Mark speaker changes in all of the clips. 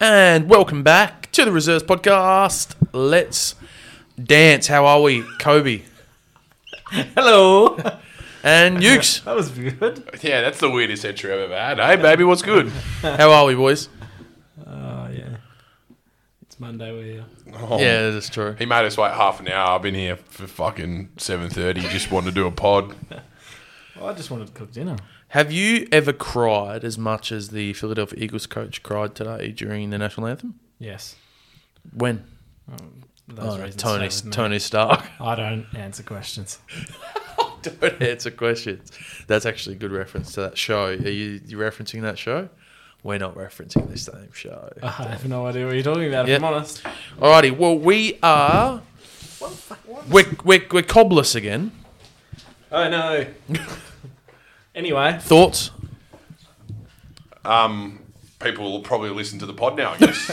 Speaker 1: And welcome back to the Reserves Podcast. Let's dance. How are we, Kobe?
Speaker 2: Hello.
Speaker 1: And Ukes,
Speaker 2: That was good.
Speaker 3: Yeah, that's the weirdest entry I've ever had. Hey, baby, what's good?
Speaker 1: how are we, boys?
Speaker 2: Oh yeah.
Speaker 4: It's Monday, we're here.
Speaker 1: Yeah, that's true.
Speaker 3: He made us wait half an hour. I've been here for fucking seven thirty. Just wanted to do a pod.
Speaker 2: Well, I just wanted to cook dinner.
Speaker 1: Have you ever cried as much as the Philadelphia Eagles coach cried today during the national anthem?
Speaker 2: Yes.
Speaker 1: When?
Speaker 2: Um,
Speaker 1: Oh,
Speaker 2: those
Speaker 1: no,
Speaker 2: reasons
Speaker 1: Tony,
Speaker 2: stay with me.
Speaker 1: Tony Stark.
Speaker 2: I don't answer questions.
Speaker 1: Don't answer questions. That's actually a good reference to that show. Are you, you referencing that show? We're not referencing the same show.
Speaker 2: I have no idea what you're talking about.
Speaker 1: Yeah.
Speaker 2: If I'm honest.
Speaker 1: Alrighty, well, we are. We're, we're, we're cobblers again.
Speaker 2: Oh no. anyway.
Speaker 1: Thoughts?
Speaker 3: Um, people will probably listen to the pod now. I guess.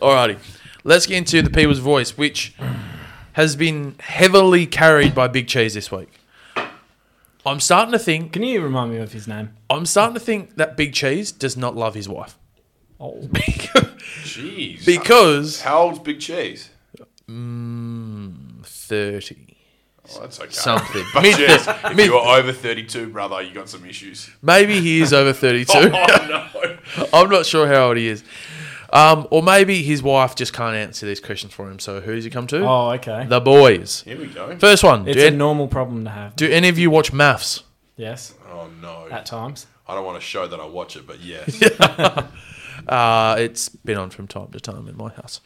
Speaker 1: Alrighty, let's get into the people's voice, which has been heavily carried by Big Cheese this week. I'm starting to think.
Speaker 2: Can you remind me of his name?
Speaker 1: I'm starting to think that Big Cheese does not love his wife
Speaker 2: Oh.
Speaker 3: Jeez.
Speaker 1: because
Speaker 3: how old's Big Cheese?
Speaker 1: thirty
Speaker 3: Oh, that's okay.
Speaker 1: something
Speaker 3: But
Speaker 1: mid
Speaker 3: yes,
Speaker 1: thir-
Speaker 3: if
Speaker 1: mid
Speaker 3: you were over thirty-two, brother, you got some issues.
Speaker 1: Maybe he is over 32.
Speaker 3: Oh no.
Speaker 1: I'm not sure how old he is. Um, or maybe his wife just can't answer these questions for him. So who's he come to?
Speaker 2: Oh, okay.
Speaker 1: The boys.
Speaker 3: Here we go.
Speaker 1: First one. Do,
Speaker 2: it's a
Speaker 1: an-
Speaker 2: normal problem to have.
Speaker 1: do any of you watch maths?
Speaker 2: yes.
Speaker 3: Oh no.
Speaker 2: At times.
Speaker 3: I don't want to show that I watch it, but yes.
Speaker 1: Uh, it's been on from time to time in my house.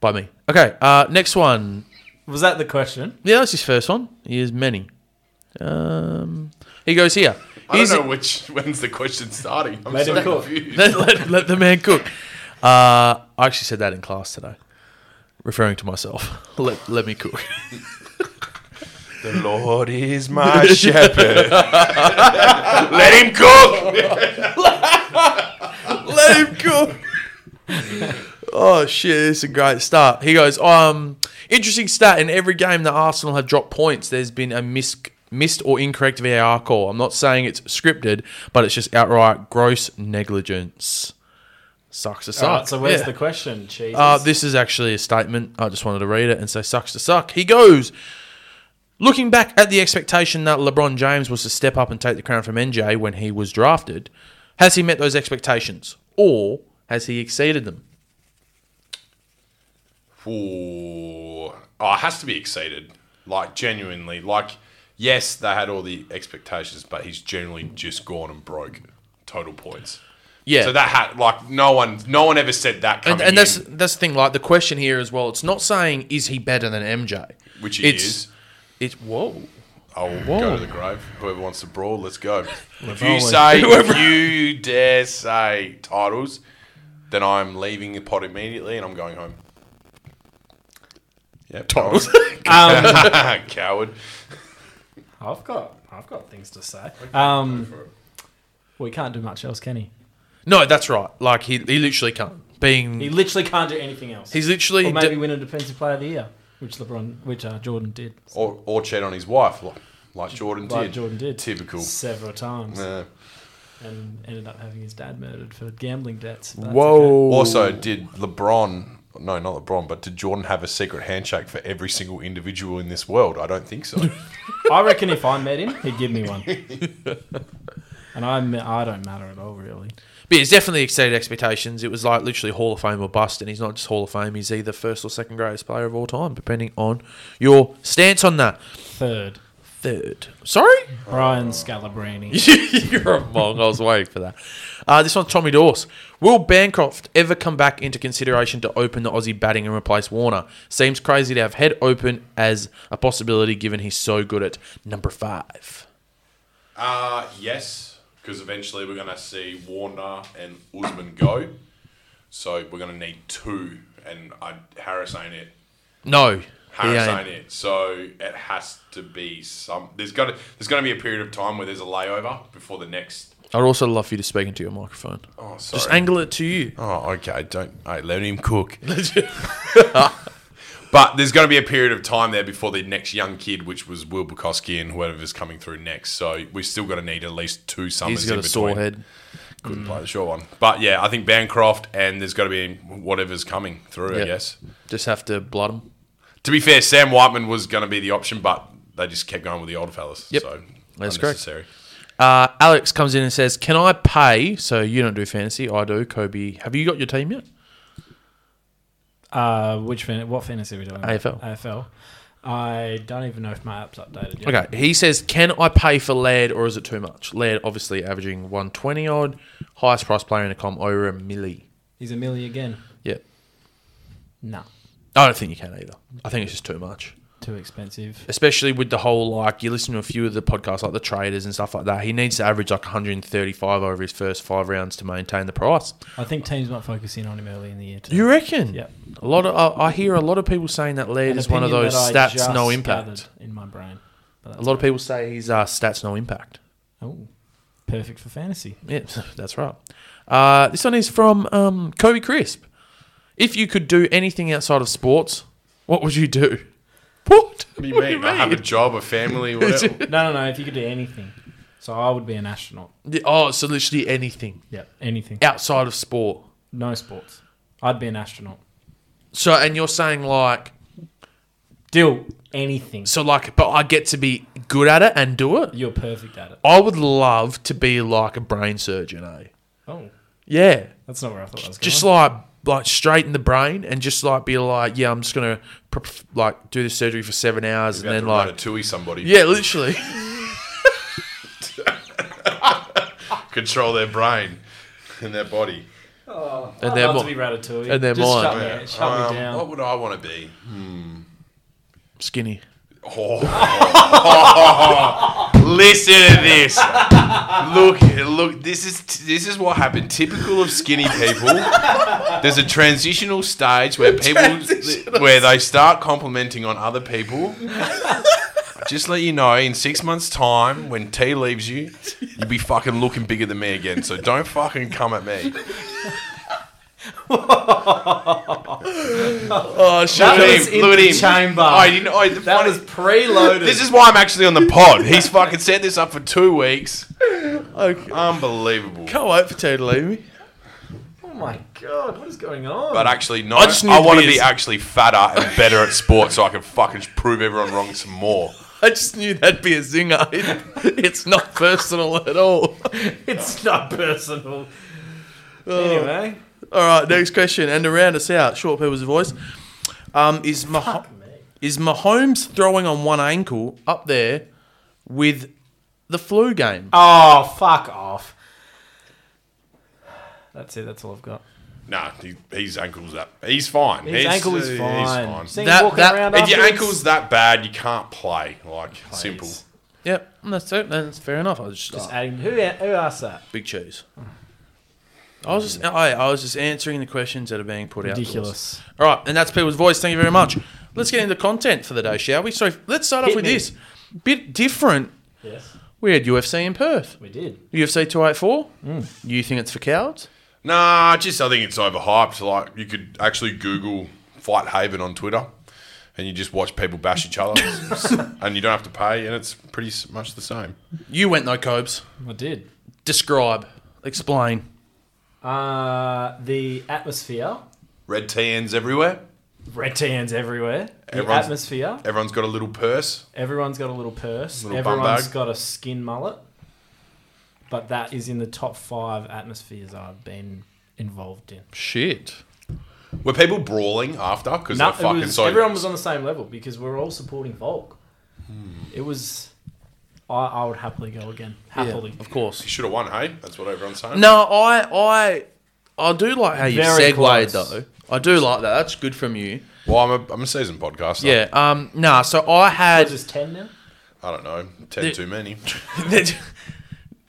Speaker 1: By me. Okay. Uh, next one.
Speaker 2: Was that the question?
Speaker 1: Yeah, that's his first one. He is many. Um, he goes here.
Speaker 3: I don't
Speaker 1: Is-
Speaker 3: know which when's the question starting. I'm
Speaker 2: Let him
Speaker 3: so
Speaker 2: cook.
Speaker 3: confused.
Speaker 1: let, let, let the man cook. Uh, I actually said that in class today, referring to myself. Let, let me cook.
Speaker 3: The Lord is my shepherd. Let him cook.
Speaker 1: Let him go. oh shit, it's a great start. He goes, um, interesting stat. In every game that Arsenal have dropped points, there's been a mis- missed or incorrect VAR call. I'm not saying it's scripted, but it's just outright gross negligence. Sucks to suck.
Speaker 2: All right, so where's
Speaker 1: Yeah.
Speaker 2: the question? Jesus.
Speaker 1: Uh, this is actually a statement. I just wanted to read it and say sucks to suck. He goes, looking back at the expectation that LeBron James was to step up and take the crown from NJ when he was drafted, has he met those expectations or has he exceeded them?
Speaker 3: Ooh. Oh, it has to be exceeded. Like genuinely. Like yes, they had all the expectations, but he's generally just gone and broke total points.
Speaker 1: Yeah.
Speaker 3: So that had like no one, no one ever said that coming
Speaker 1: and, and that's
Speaker 3: in,
Speaker 1: that's the thing. Like the question here as well. It's not saying is he better than MJ,
Speaker 3: which he
Speaker 1: it's,
Speaker 3: is.
Speaker 1: It's whoa.
Speaker 3: I'll go to the grave. Whoever wants to brawl, let's go. if you
Speaker 2: always-
Speaker 3: say, if you dare say titles, then I'm leaving the pot immediately and I'm going home. Yeah, titles,
Speaker 1: Um,
Speaker 3: coward.
Speaker 2: I've got I've got things to say. Um, we can't do much else, can he?
Speaker 1: No, that's right. Like he, he literally can't. Being
Speaker 2: He literally can't do anything else.
Speaker 1: he's literally
Speaker 2: or maybe
Speaker 1: d-
Speaker 2: win a defensive player of the year, which LeBron, which uh, Jordan did.
Speaker 3: Or or cheat on his wife, like, like Jordan
Speaker 2: Like
Speaker 3: did.
Speaker 2: Jordan did.
Speaker 3: Typical. Uh,
Speaker 2: Several times,
Speaker 3: Yeah.
Speaker 2: and ended up having his dad murdered for gambling debts. but that's okay.
Speaker 1: whoa.
Speaker 3: Also, did LeBron? No, not LeBron, but did Jordan have a secret handshake for every single individual in this world? I don't think so.
Speaker 2: I reckon if I met him, he'd give me one. and I'm, I don't matter at all, really.
Speaker 1: But it's definitely exceeded expectations. It was like literally Hall of Fame or bust, and he's not just Hall of Fame. He's either first or second greatest player of all time, depending on your stance on that.
Speaker 2: Third,
Speaker 1: Third, sorry,
Speaker 3: Oh.
Speaker 2: Brian Scalabrine.
Speaker 1: you're a mong. I was waiting for that. Uh, this one's Tommy Dawes. Will Bancroft ever come back into consideration to open the Aussie batting and replace Warner? Seems crazy to have head open as a possibility, given he's so good at number five.
Speaker 3: Uh, yes, because eventually we're going to see Warner and Usman go. So we're going to need two, and I, Harris ain't it.
Speaker 1: No, he
Speaker 3: Harris
Speaker 1: ain't.
Speaker 3: ain't it. So it has to be some. There's got to there's going to be a period of time where there's a layover before the next.
Speaker 1: I'd also love for you to speak into your microphone.
Speaker 3: Oh, sorry.
Speaker 1: Just angle it to you.
Speaker 3: Oh, okay. Don't hey, let him cook. but there's going to be a period of time there before the next young kid, which was Will Bukowski and whoever's coming through next. So we're still going to need at least two summers.
Speaker 1: He's got
Speaker 3: in
Speaker 1: a
Speaker 3: between.
Speaker 1: sore head.
Speaker 3: couldn't play the short one. But yeah, I think Bancroft and there's got to be whatever's coming through.
Speaker 1: Yeah.
Speaker 3: I guess.
Speaker 1: Just have to blood them.
Speaker 3: To be fair, Sam Whiteman was going to be the option, but they just kept going with the older fellas.
Speaker 1: Yep.
Speaker 3: So
Speaker 1: That's correct.
Speaker 3: unnecessary.
Speaker 1: Uh, Alex comes in and says, "Can I pay?" So you don't do fantasy. I do. Kobe, have you got your team yet?
Speaker 2: Uh, which fan- what fantasy are we doing?
Speaker 1: AFL.
Speaker 2: AFL. I don't even know if my app's updated yet.
Speaker 1: Okay. He says, "Can I pay for Laird, or is it too much?" Laird, obviously averaging one twenty odd, highest price player in the com over a milli.
Speaker 2: He's a millie again.
Speaker 1: Yep.
Speaker 2: Nah,
Speaker 1: I don't think you can either. I think it's just too much.
Speaker 2: too expensive.
Speaker 1: especially with the whole like you listen to a few of the podcasts like the traders and stuff like that he needs to average like 135 over his first five rounds to maintain the price
Speaker 2: I think teams might focus in on him early in the year too.
Speaker 1: you reckon
Speaker 2: Yep.
Speaker 1: a lot of I, I hear a lot of people saying that Laird
Speaker 2: An
Speaker 1: is one of
Speaker 2: opinion
Speaker 1: those
Speaker 2: that I
Speaker 1: stats no
Speaker 2: just
Speaker 1: impact
Speaker 2: gathered in my brain. But
Speaker 1: a
Speaker 2: that's
Speaker 1: lot of people say he's uh, stats no impact
Speaker 2: oh, perfect for fantasy.
Speaker 1: yeah that's right uh, this one is from um, Kobe Crisp if you could do anything outside of sports what would you do what
Speaker 3: What do you mean? I have a job, a family, whatever.
Speaker 2: No, no, no. If you could do anything, so I would be an astronaut.
Speaker 1: Yeah, oh so literally anything
Speaker 2: Yep, anything.
Speaker 1: outside of sport
Speaker 2: No sports. I'd be an astronaut.
Speaker 1: so and you're saying like
Speaker 2: Deal anything.
Speaker 1: So like, but I get to be good at it and do it.
Speaker 2: You're perfect at it.
Speaker 1: I would love to be like a brain surgeon, eh?
Speaker 2: Oh,
Speaker 1: Yeah,
Speaker 2: that's not where I thought I was going.
Speaker 1: just like like straight in the brain and just like be like, yeah, I'm just gonna pr- pr- like do the surgery for seven hours
Speaker 3: You
Speaker 1: and
Speaker 3: have
Speaker 1: then
Speaker 3: to
Speaker 1: like,
Speaker 3: Ratatouille somebody.
Speaker 1: yeah, literally.
Speaker 3: Control their brain and their body.
Speaker 2: I'd
Speaker 1: they're
Speaker 2: love
Speaker 1: mo-
Speaker 2: to be Ratatouille.
Speaker 1: and they're
Speaker 2: Just
Speaker 1: mine.
Speaker 2: Shut, me, shut
Speaker 3: Um,
Speaker 2: me
Speaker 3: What
Speaker 2: down.
Speaker 3: would I want to be?
Speaker 1: Skinny.
Speaker 3: Oh. Listen to this. Look, look. This is this is what happened. Typical of skinny people. There's a transitional stage where people where they start complimenting on other people. Just let you know, in six months' time, when T leaves you, you'll be fucking looking bigger than me again. So don't fucking come at me.
Speaker 1: Oh shit!
Speaker 2: That was
Speaker 3: Look at him, Oh,
Speaker 2: in
Speaker 3: look at
Speaker 2: the
Speaker 3: him.
Speaker 2: chamber.
Speaker 3: I didn't. I, the
Speaker 2: That
Speaker 3: funny-
Speaker 2: was preloaded.
Speaker 3: This is why I'm actually on the pod. He's fucking set this up for two weeks.
Speaker 1: Okay.
Speaker 3: Unbelievable.
Speaker 1: Can't wait for Ted to leave me.
Speaker 2: oh my god, what is going on?
Speaker 3: But actually, no.
Speaker 1: I
Speaker 3: I,
Speaker 1: just need to
Speaker 3: want
Speaker 1: be
Speaker 3: to be
Speaker 1: as-
Speaker 3: actually fatter and better at sport so I can fucking prove everyone wrong some more.
Speaker 1: I just knew that'd be a zinger. It- it's not personal at all.
Speaker 2: it's not personal.
Speaker 3: Oh.
Speaker 2: Anyway,
Speaker 1: All right, next question, and to round us out, short people's voice. Um, is Mah- is Mahomes throwing on one ankle up there with the flu game?
Speaker 2: oh fuck off. That's it. That's all I've got.
Speaker 3: Nah, he, his ankle's up. He's fine.
Speaker 2: His
Speaker 3: He's-
Speaker 2: ankle is
Speaker 3: he's
Speaker 2: fine. Seeing
Speaker 1: That-
Speaker 2: walking
Speaker 1: that-
Speaker 2: around
Speaker 3: If your
Speaker 2: afterwards-
Speaker 3: ankle's that bad, you can't play. Like, simple.
Speaker 1: Yep, that's it. That's fair enough. I was just,
Speaker 2: Just
Speaker 1: oh,
Speaker 2: adding. Who who asked that?
Speaker 1: big cheese. I was just I, I was just answering the questions that are being put out. to us.
Speaker 2: Ridiculous.
Speaker 1: All right, and that's people's voice. Thank you very much. Let's get into content for the day, shall we? So let's start off
Speaker 2: Hit
Speaker 1: with
Speaker 2: me.
Speaker 1: this bit different.
Speaker 2: Yes,
Speaker 1: We had UFC in Perth.
Speaker 2: we did.
Speaker 1: UFC two eight four.
Speaker 2: Mm.
Speaker 1: You think it's for cowards?
Speaker 3: Nah, just I think it's overhyped. Like, you could actually Google Fight Haven on Twitter. And you just watch people bash each other, and you don't have to pay, and it's pretty s- much the same.
Speaker 1: You went though, Cobes.
Speaker 2: I did.
Speaker 1: Describe. Explain.
Speaker 2: Uh, the atmosphere.
Speaker 3: Red TNs everywhere.
Speaker 2: Red tans everywhere. The
Speaker 3: Everyone's-
Speaker 2: atmosphere.
Speaker 3: Everyone's got a little purse.
Speaker 2: Everyone's got a little purse.
Speaker 3: Little bum
Speaker 2: Everyone's
Speaker 3: bag.
Speaker 2: got a skin mullet. But that is in the top five atmospheres I've been involved in.
Speaker 1: Shit.
Speaker 3: Were people brawling after? Because
Speaker 2: No,
Speaker 3: they're
Speaker 2: it
Speaker 3: fucking
Speaker 2: was-
Speaker 3: so.
Speaker 2: everyone was on the same level because we're all supporting Volk.
Speaker 1: Hmm.
Speaker 2: It was. I, I would happily go again. Happily.
Speaker 1: Of course.
Speaker 3: you should have won, hey? That's what everyone's saying.
Speaker 1: No, I I I do like how you
Speaker 2: Very
Speaker 1: segued
Speaker 2: close.
Speaker 1: though. I do like that. That's good from you.
Speaker 3: Well, I'm a, I'm a seasoned podcaster.
Speaker 1: Yeah. Um. Nah. So I
Speaker 2: This
Speaker 1: had
Speaker 2: is 10 now?
Speaker 3: I don't know. 10
Speaker 1: The-
Speaker 3: too many.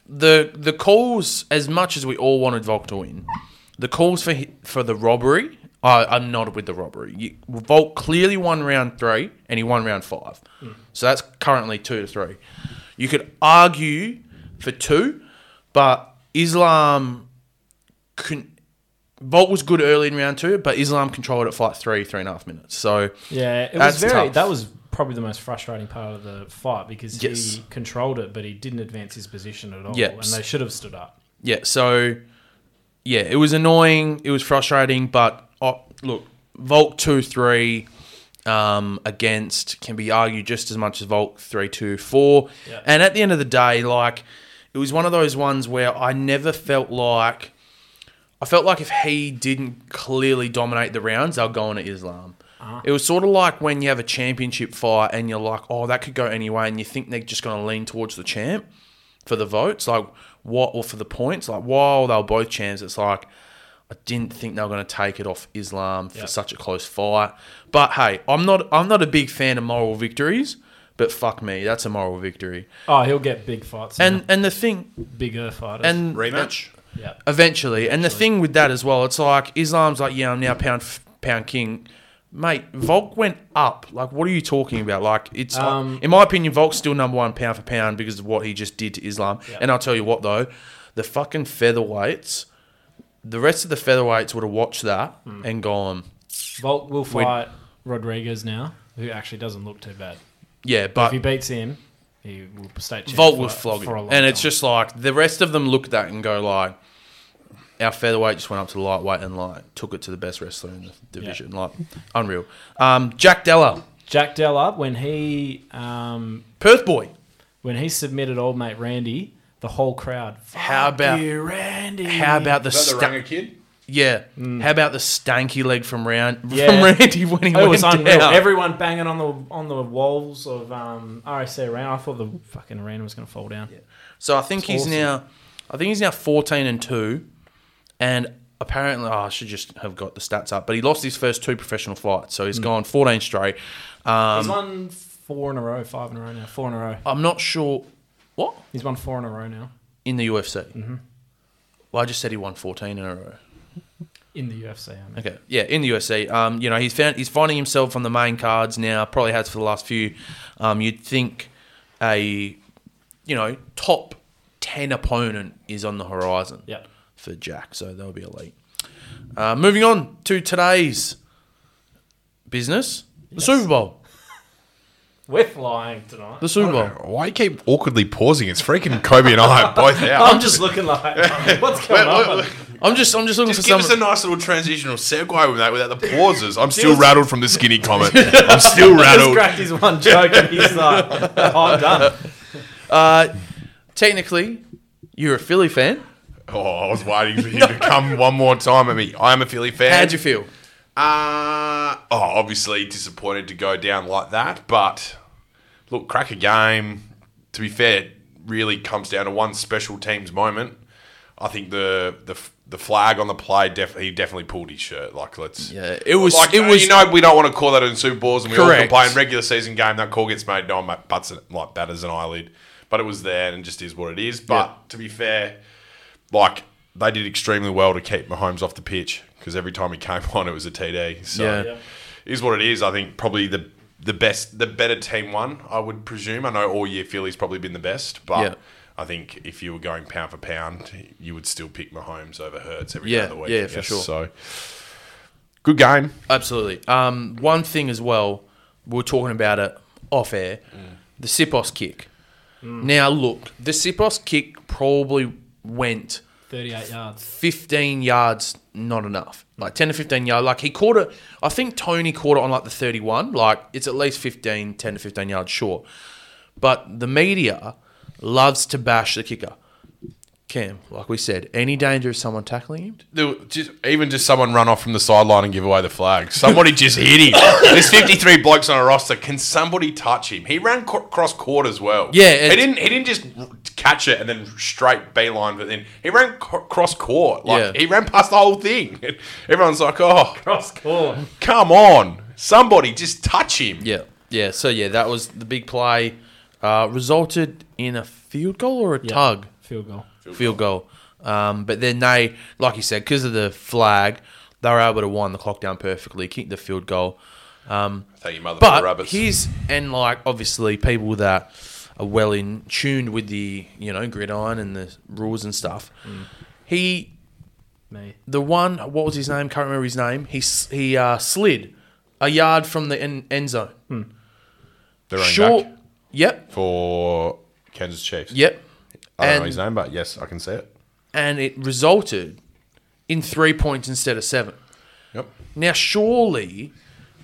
Speaker 1: the the calls as much as we all wanted Volk to win. The calls for hi- for the robbery. I, I'm not with the robbery. You, Volk clearly won round three, and he won round five. So that's currently two to three. You could argue for two, but Islam con- Volk was good early in round two, but Islam controlled it for like three, three and a half minutes. So
Speaker 2: Yeah, it
Speaker 1: That's
Speaker 2: was very.
Speaker 1: tough.
Speaker 2: That was probably the most frustrating part of the fight because
Speaker 1: Yes.
Speaker 2: he controlled it, but he didn't advance his position at all,
Speaker 1: Yeah.
Speaker 2: and they should have stood up.
Speaker 1: yeah, so yeah, it was annoying. It was frustrating, but oh, look, Volk two three um, against can be argued just as much as Volk three two four.
Speaker 2: Yeah.
Speaker 1: And at the end of the day, like it was one of those ones where I never felt like I felt like if he didn't clearly dominate the rounds, they'll go on to Islam. It was sort of like when you have a championship fight and you're like, oh, that could go any way, and you think they're just going to lean towards the champ for the votes, like what, or for the points. Like while they were both champs, it's like I didn't think they were going to take it off Islam for
Speaker 2: Yeah.
Speaker 1: such a close fight. But hey, I'm not, I'm not a big fan of moral victories, but fuck me, that's a moral victory.
Speaker 2: Oh, he'll get big fights
Speaker 1: And and the thing,
Speaker 2: and bigger fighters.
Speaker 1: and
Speaker 3: Rematch.
Speaker 2: yeah,
Speaker 1: Eventually. And the thing with that as well, it's like Islam's like, yeah, I'm now pound f- pound king. Mate, Volk went up. Like, what are you talking about? Like, it's uh,
Speaker 2: Um,
Speaker 1: in my opinion, Volk's still number one pound for pound because of what he just did to Islam.
Speaker 2: Yeah.
Speaker 1: And I'll tell you what though, the fucking featherweights, the rest of the featherweights would have watched that
Speaker 2: Hmm.
Speaker 1: and gone,
Speaker 2: Volk will fight Rodriguez now, who actually doesn't look too bad.
Speaker 1: yeah,
Speaker 2: if
Speaker 1: but
Speaker 2: he beats him, he will stay. champ
Speaker 1: Volt
Speaker 2: for-
Speaker 1: will flog him.
Speaker 2: for a long
Speaker 1: And it's
Speaker 2: time.
Speaker 1: just like the rest of them look at that and go like, our featherweight just went up to the lightweight and like took it to the best wrestler in the division. Like unreal. Um, Jack Della,
Speaker 2: Jack Dell up when he um,
Speaker 1: Perth boy.
Speaker 2: when he submitted old mate Randy, the whole crowd.
Speaker 1: How
Speaker 2: "Fuck
Speaker 1: about-
Speaker 2: you, Randy?
Speaker 1: How about the,
Speaker 3: Is that
Speaker 1: sta-
Speaker 3: the Ranga kid?
Speaker 1: yeah? How about the stanky leg from round from
Speaker 2: Mm. Yeah. Oh,
Speaker 1: Randy when he
Speaker 2: It
Speaker 1: went
Speaker 2: was unreal.
Speaker 1: down?
Speaker 2: Everyone banging on the on the walls of um, RAC Arena. I thought the fucking arena was going to fall down.
Speaker 1: so I think
Speaker 2: It's
Speaker 1: he's
Speaker 2: awesome.
Speaker 1: now, I think he's now fourteen and two, and apparently oh, I should just have got the stats up. But he lost his first two professional fights, so
Speaker 2: Mm.
Speaker 1: he's gone fourteen straight. Um,
Speaker 2: He's won four in a row, five in a row now. Four in a row.
Speaker 1: I'm not sure what.
Speaker 2: He's won four in a row now
Speaker 1: in the UFC.
Speaker 3: Mm-hmm.
Speaker 1: Well, I just said he won 14 in a row.
Speaker 2: in the UFC. I mean.
Speaker 1: Okay, yeah, in the UFC. Um, you know, he's found he's finding himself on the main cards now. Probably has for the last few. Um, you'd think a you know top 10 opponent is on the horizon
Speaker 2: Yep.
Speaker 1: for Jack, so that'll be elite. Uh, moving on to today's business, the Super Bowl.
Speaker 2: We're flying tonight.
Speaker 1: The
Speaker 3: Oh,
Speaker 1: Super Bowl.
Speaker 3: Why you keep awkwardly pausing? It's freaking Kobe and I are both out.
Speaker 2: I'm just looking like, what's going
Speaker 3: Wait,
Speaker 2: on?
Speaker 3: wait, wait.
Speaker 1: I'm just I'm just looking
Speaker 3: Just
Speaker 1: for
Speaker 3: give
Speaker 1: some.
Speaker 3: us a nice little transitional segue with that without the pauses. I'm still rattled from the skinny comment. I'm still
Speaker 2: Just
Speaker 3: rattled.
Speaker 2: cracked his one joke and he's like, "Oh, I'm done.
Speaker 1: uh, technically, you're a Philly fan.
Speaker 3: Oh, I was waiting for you to come one more time at me. I'm a Philly fan.
Speaker 1: How'd you feel?
Speaker 3: Uh, oh, obviously disappointed to go down like that, but look, crack a game. To be fair, it really comes down to one special teams moment. I think the the, the flag on the play def- he definitely pulled his shirt. Like let's
Speaker 1: Yeah, it was
Speaker 3: like
Speaker 1: it was
Speaker 3: you know we don't want to call that in Super Bowls and we all
Speaker 1: Correct.
Speaker 3: complain regular season game that call gets made no one butts it like that as an eyelid, but it was there and it just is what it is. But to be fair, like they did extremely well to keep Mahomes off the pitch because every time he came on, it was a TD. So
Speaker 1: Yeah.
Speaker 2: Yeah.
Speaker 3: it is what it is. I think probably the the best, the better team won. I would presume. I know all year Philly's probably been the best, but.
Speaker 1: Yeah.
Speaker 3: I think if you were going pound for pound, you would still pick Mahomes over Hurts every
Speaker 1: Yeah,
Speaker 3: day of the week.
Speaker 1: yeah,
Speaker 3: I
Speaker 1: for
Speaker 3: guess.
Speaker 1: sure.
Speaker 3: So, good game.
Speaker 1: Absolutely. Um, one thing as well, we are talking about it off air. The Sipos kick. Now look, the Sipos kick probably went
Speaker 2: 38 yards.
Speaker 1: 15 yards, not enough. Like 10 to 15 yard. Like he caught it. I think Tony caught it on like the 31. Like it's at least 15, 10 to 15 yards short. But the media loves to bash the kicker. Cam, like we said, any danger of someone tackling him?
Speaker 3: There were just, even just someone run off from the sideline and give away the flag. Somebody just hit him. There's 53 blokes on a roster. Can somebody touch him? He ran co- cross court as well.
Speaker 1: Yeah,
Speaker 3: he
Speaker 1: it's-
Speaker 3: didn't. He didn't just r- catch it and then straight beeline. But then he ran co- cross court. Like
Speaker 1: Yeah.
Speaker 3: he ran past the whole thing. Everyone's like, "Oh,
Speaker 2: Cross court.
Speaker 3: come on, somebody just touch him."
Speaker 1: Yeah, yeah. So yeah, that was the big play. Uh, resulted in a field goal or a tug
Speaker 2: Field goal.
Speaker 1: field goal. Um, but then they, like you said, because of the flag, they were able to wind the clock down perfectly, kick the field goal.
Speaker 3: Thank you, mother
Speaker 1: But
Speaker 3: for rabbits.
Speaker 1: here's and like obviously people that are well in tuned with the you know gridiron and the rules and stuff. He
Speaker 2: Me.
Speaker 1: the one what was his name? Can't remember his name. He s- he uh, slid a yard from the en- end zone.
Speaker 3: They're running
Speaker 1: Short.
Speaker 3: back
Speaker 1: Yep.
Speaker 3: for Kansas Chiefs.
Speaker 1: Yep.
Speaker 3: I don't know
Speaker 1: And-
Speaker 3: his name, but yes, I can see it.
Speaker 1: and it resulted in three points instead of seven.
Speaker 3: Yep.
Speaker 1: Now, surely,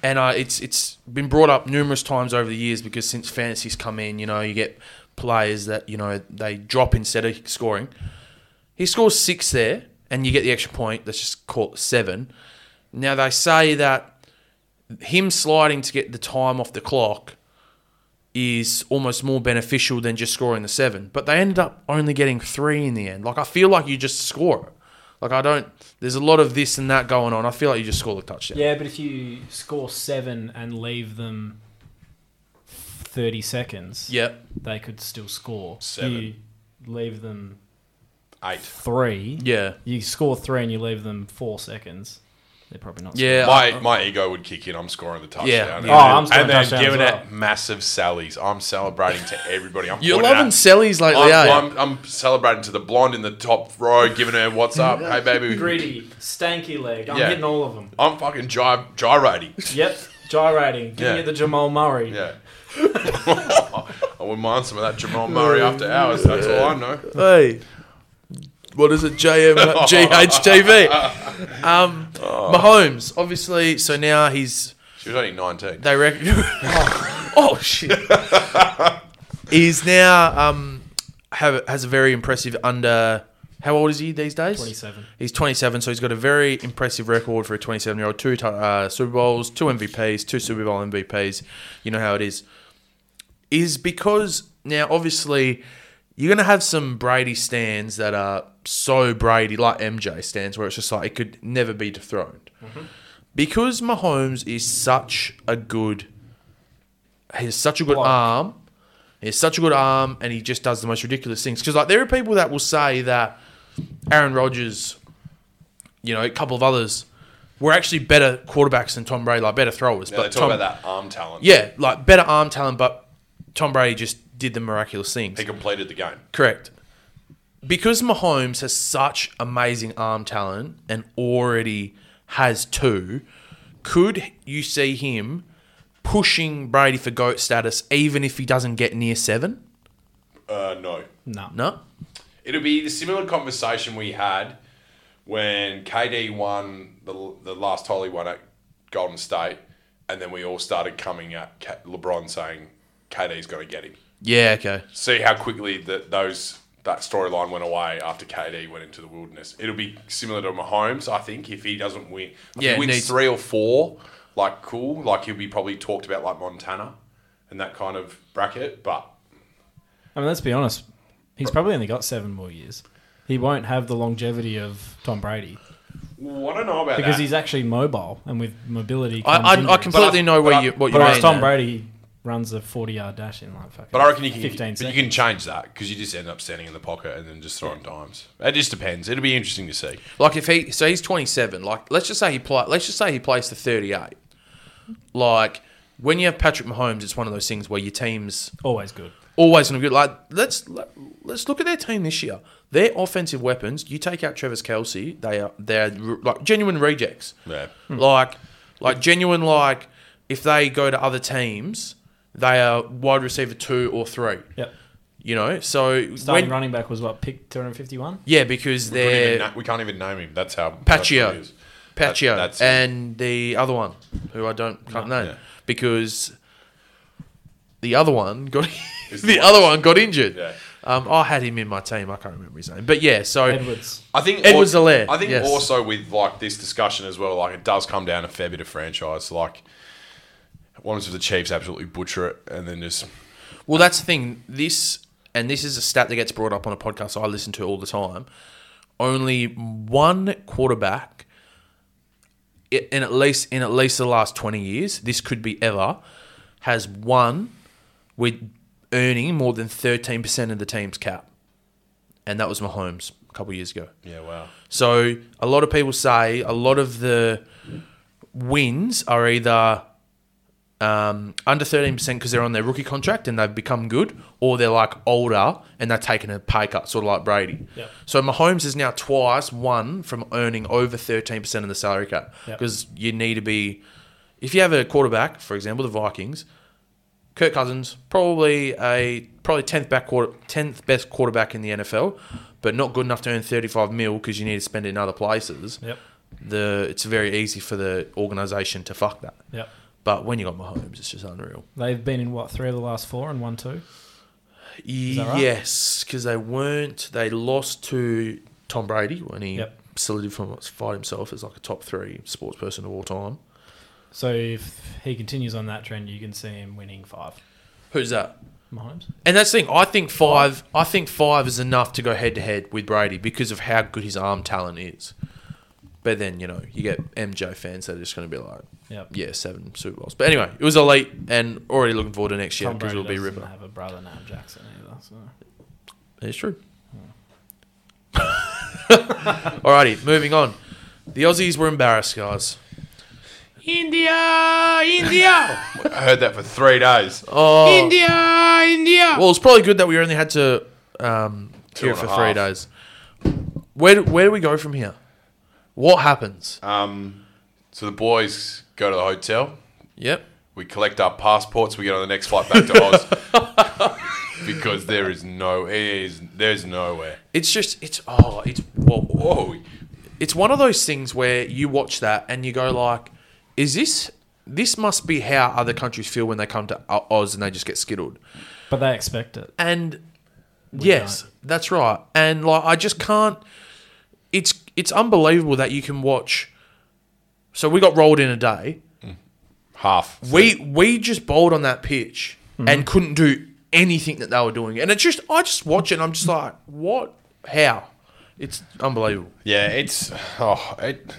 Speaker 1: and uh, it's it's been brought up numerous times over the years because since fantasy's come in, you know, you get players that you know they drop instead of scoring. He scores six there, and you get the extra point. Let's just call it seven. Now they say that him sliding to get the time off the clock is almost more beneficial than just scoring the seven. But they ended up only getting three in the end. Like I feel like you just score it. Like I don't. There's a lot of this and that going on. I feel like you just score the touchdown.
Speaker 2: Yeah, but if you score seven and leave them thirty seconds,
Speaker 1: Yep.
Speaker 2: they could still score. You
Speaker 3: Seven.
Speaker 2: leave them
Speaker 3: Eight.
Speaker 2: three.
Speaker 1: Yeah.
Speaker 2: You score three and you leave them four seconds. They're probably not.
Speaker 1: Yeah.
Speaker 3: my my ego would kick in. I'm scoring the touchdown.
Speaker 1: Yeah.
Speaker 3: And
Speaker 1: Oh,
Speaker 3: then-
Speaker 2: I'm scoring
Speaker 3: And then
Speaker 2: touchdown
Speaker 3: giving
Speaker 2: as well.
Speaker 3: out massive sallies. I'm celebrating to everybody. I'm
Speaker 1: You're
Speaker 3: pointing
Speaker 1: loving
Speaker 3: at-
Speaker 1: sellies lately,
Speaker 3: I'm,
Speaker 1: eh?
Speaker 3: I'm, I'm celebrating to the blonde in the top row, giving her what's up. hey baby,
Speaker 2: Gritty, stanky leg. I'm
Speaker 3: Yeah.
Speaker 2: hitting all of them.
Speaker 3: I'm fucking gy- gyrating.
Speaker 2: Yep, gyrating. Giving
Speaker 3: Yeah.
Speaker 2: it the Jamal Murray.
Speaker 3: Yeah. I wouldn't mind some of that Jamal Murray after hours. That's all I know.
Speaker 1: Hey, what is it? JM GHTV. Um, Mahomes, obviously. So now he's
Speaker 3: She was only 19.
Speaker 1: they reckon. oh, shit! he's now um have has a very impressive under. How old is he these days?
Speaker 2: Twenty-seven.
Speaker 1: He's 27, so he's got a very impressive record for a 27 year old. Two ti- uh, Super Bowls, two MVPs, two Super Bowl MVPs. You know how it is. Is because now, obviously, you're going to have some Brady stands that are so Brady, like MJ stands, where it's just like it could never be dethroned. Because Mahomes is such a good, he has such a good
Speaker 2: Block.
Speaker 1: arm. He has such a good arm, and he just does the most ridiculous things. Because like there are people that will say that Aaron Rodgers, you know, a couple of others were actually better quarterbacks than Tom Brady, like better throwers.
Speaker 3: Yeah,
Speaker 1: but
Speaker 3: they talk
Speaker 1: Tom,
Speaker 3: about that arm talent.
Speaker 1: yeah, like better arm talent, but Tom Brady just did the miraculous things.
Speaker 3: He completed the game.
Speaker 1: Correct. Because Mahomes has such amazing arm talent and already has two, could you see him pushing Brady for GOAT status even if he doesn't get near seven?
Speaker 3: Uh, no.
Speaker 2: No.
Speaker 1: No?
Speaker 3: It'll be the similar conversation we had when KD won the, the last Holly won at Golden State, and then we all started coming at Ka- LeBron saying KD's going to get him.
Speaker 1: Yeah, okay.
Speaker 3: See how quickly that those that storyline went away after KD went into the wilderness. It'll be similar to Mahomes, I think, if he doesn't win. If
Speaker 1: Yeah,
Speaker 3: he wins
Speaker 1: needs-
Speaker 3: three or four, like cool, like he'll be probably talked about like Montana and that kind of bracket, but
Speaker 2: I mean, let's be honest. He's probably only got seven more years. He won't have the longevity of Tom Brady
Speaker 3: Ooh, I don't know about
Speaker 2: because
Speaker 3: that.
Speaker 2: he's actually mobile and with mobility.
Speaker 1: I,
Speaker 2: comes
Speaker 1: I, I
Speaker 2: injuries.
Speaker 1: completely know where
Speaker 3: but I-
Speaker 1: you what you
Speaker 2: But
Speaker 1: mean.
Speaker 2: whereas Tom
Speaker 1: there.
Speaker 2: Brady runs a forty-yard dash in like fucking.
Speaker 3: But I reckon you can,
Speaker 2: fifteen
Speaker 3: but you
Speaker 2: seconds.
Speaker 3: can change that because you just end up standing in the pocket and then just throwing dimes. It just depends. It'll be interesting to see.
Speaker 1: Like if he so he's 27. Like let's just say he play, let's just say he plays the 38. Like when you have Patrick Mahomes, it's one of those things where your team's
Speaker 2: Always good.
Speaker 1: always going to be good. Like let's let's look at their team this year. Their offensive weapons. You take out Travis Kelsey, they are they're like genuine rejects.
Speaker 3: Yeah.
Speaker 1: Like like genuine like if they go to other teams, they are wide receiver two or three.
Speaker 2: Yep.
Speaker 1: You know, so
Speaker 2: Starting
Speaker 1: when,
Speaker 2: running back was what pick two hundred fifty-one.
Speaker 1: yeah, because
Speaker 3: We, couldn't even
Speaker 1: they're
Speaker 3: na- we can't even name him. That's how that's what he
Speaker 1: Paccio,
Speaker 3: is. That-
Speaker 1: Paccio,
Speaker 3: that's it.
Speaker 1: and the other one who I don't can't name
Speaker 3: Yeah.
Speaker 1: because the other one got
Speaker 3: Is
Speaker 1: the
Speaker 3: the
Speaker 1: other one got injured.
Speaker 3: Yeah.
Speaker 1: Um, I had him in my team. I can't remember his name, but yeah. So
Speaker 2: Edwards.
Speaker 3: I think
Speaker 1: Edwards
Speaker 3: al-
Speaker 1: Alaire,
Speaker 3: I think
Speaker 1: yes.
Speaker 3: also with like this discussion as well, like it does come down a fair bit of franchise. Like, what if the Chiefs absolutely butcher it and then just
Speaker 1: well, that's the thing. This and this is a stat that gets brought up on a podcast I listen to all the time. Only one quarterback i- in at least in at least the last twenty years, this could be ever, has won with earning more than thirteen percent of the team's cap, and that was Mahomes a couple years ago.
Speaker 3: yeah, wow.
Speaker 1: So a lot of people say a lot of the wins are either um, under thirteen percent because they're on their rookie contract and they've become good, or they're like older and they're taking a pay cut, sort of like Brady.
Speaker 2: Yep.
Speaker 1: So Mahomes is now twice one from earning over thirteen percent of the salary cap
Speaker 2: Yep.
Speaker 1: because you need to be. If you have a quarterback, for example, the Vikings, Kirk Cousins, probably a probably tenth back quarter, tenth best quarterback in the NFL, but not good enough to earn 35 mil because you need to spend it in other places,
Speaker 2: Yep.
Speaker 1: the it's very easy for the organisation to fuck that.
Speaker 2: Yep.
Speaker 1: But when you got Mahomes, it's just unreal.
Speaker 2: They've been in what three of the last four and one two. that right?
Speaker 1: Yes, because they weren't. They lost to Tom Brady when he
Speaker 2: Yep.
Speaker 1: solidified himself as like a top three sports person of all time.
Speaker 2: So if he continues on that trend, you can see him winning five.
Speaker 1: Who's that?
Speaker 2: Mahomes.
Speaker 1: And that's the thing. I think five. I think five is enough to go head to head with Brady because of how good his arm talent is. But then you know you get MJ fans that are just going to be like,
Speaker 2: Yep.
Speaker 1: yeah, seven Super Bowls. But anyway, it was elite, and already looking forward to next year
Speaker 2: Tom
Speaker 1: because
Speaker 2: Brady
Speaker 1: it'll be
Speaker 2: doesn't
Speaker 1: Ripper.
Speaker 2: have a brother named Jackson either. So
Speaker 1: It's true. Alrighty, moving on. The Aussies were embarrassed, guys. India, India,
Speaker 3: I heard that for three days.
Speaker 1: oh,
Speaker 3: India, India.
Speaker 1: Well, it's probably good that we only had to um,
Speaker 3: Two
Speaker 1: hear it
Speaker 3: and
Speaker 1: for
Speaker 3: a
Speaker 1: three
Speaker 3: half.
Speaker 1: days. Where do, where do we go from here? What happens?
Speaker 3: Um, so the boys go to the hotel.
Speaker 1: Yep.
Speaker 3: We collect our passports. We get on the next flight back to Oz because there is no, it is, there's nowhere.
Speaker 1: It's just it's oh it's well
Speaker 3: Whoa,
Speaker 1: it's one of those things where you watch that and you go like, is this this must be how other countries feel when they come to O- Oz and they just get skittled.
Speaker 2: but they expect it.
Speaker 1: and yes, that's right. And like, I just can't. It's it's unbelievable that you can watch. So we got rolled in a day.
Speaker 3: half.
Speaker 1: We we just bowled on that pitch and couldn't do anything that they were doing. And it's just I just watch it. and I'm just like, what? How? It's unbelievable.
Speaker 3: Yeah, it's oh, it,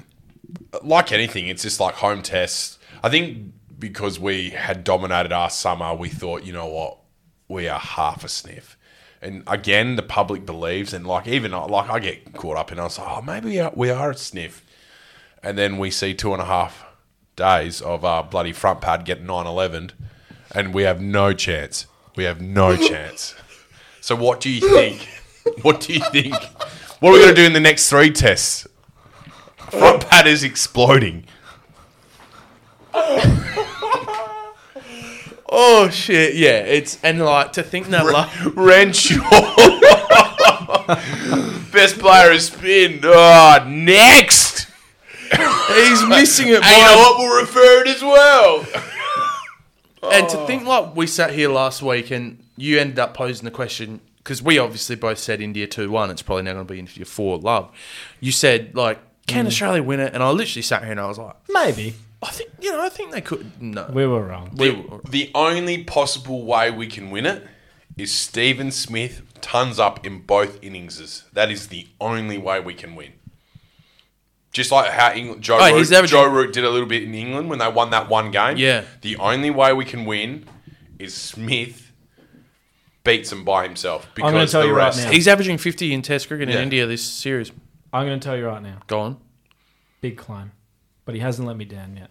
Speaker 3: like anything. It's just like home tests. I think because we had dominated our summer, we thought, you know what, we are half a sniff. And again, the public believes, and like even I- like I get caught up in, I was like, oh, maybe we are, we are a sniff. And then we see two and a half days of our bloody front pad get nine eleven, and we have no chance. We have no chance. So what do you think? what do you think? What are we going to do in the next three tests? Front pad is exploding.
Speaker 1: Oh shit! Yeah, it's and like to think that like
Speaker 3: Renshaw. Best player is spin. Ah, next.
Speaker 1: he's missing it.
Speaker 3: And you know what? We'll refer it as well.
Speaker 1: And to think like we sat here last week and you ended up posing the question because we obviously both said India two one. It's probably now going to be India four love. You said like, can Australia win it? And I literally sat here and I was like,
Speaker 2: Maybe
Speaker 1: I think you know, I think they could. No,
Speaker 2: we were wrong.
Speaker 1: we,
Speaker 3: The only possible way we can win it is Stephen Smith tons up in both innings. That is the only way we can win. Just like how England, Joe,
Speaker 1: Oh, he's
Speaker 3: Root,
Speaker 1: averaging-
Speaker 3: Joe Root did a little bit in England when they won that one game.
Speaker 1: Yeah.
Speaker 3: The only way we can win is Smith beats them by himself
Speaker 2: gonna
Speaker 3: because
Speaker 2: tell
Speaker 3: the
Speaker 2: you right
Speaker 3: rest.
Speaker 2: now.
Speaker 1: he's averaging fifty in Test cricket in
Speaker 3: Yeah.
Speaker 1: India this series.
Speaker 2: I'm going to tell you right now,
Speaker 1: Go on,
Speaker 2: big climb, but he hasn't let me down yet.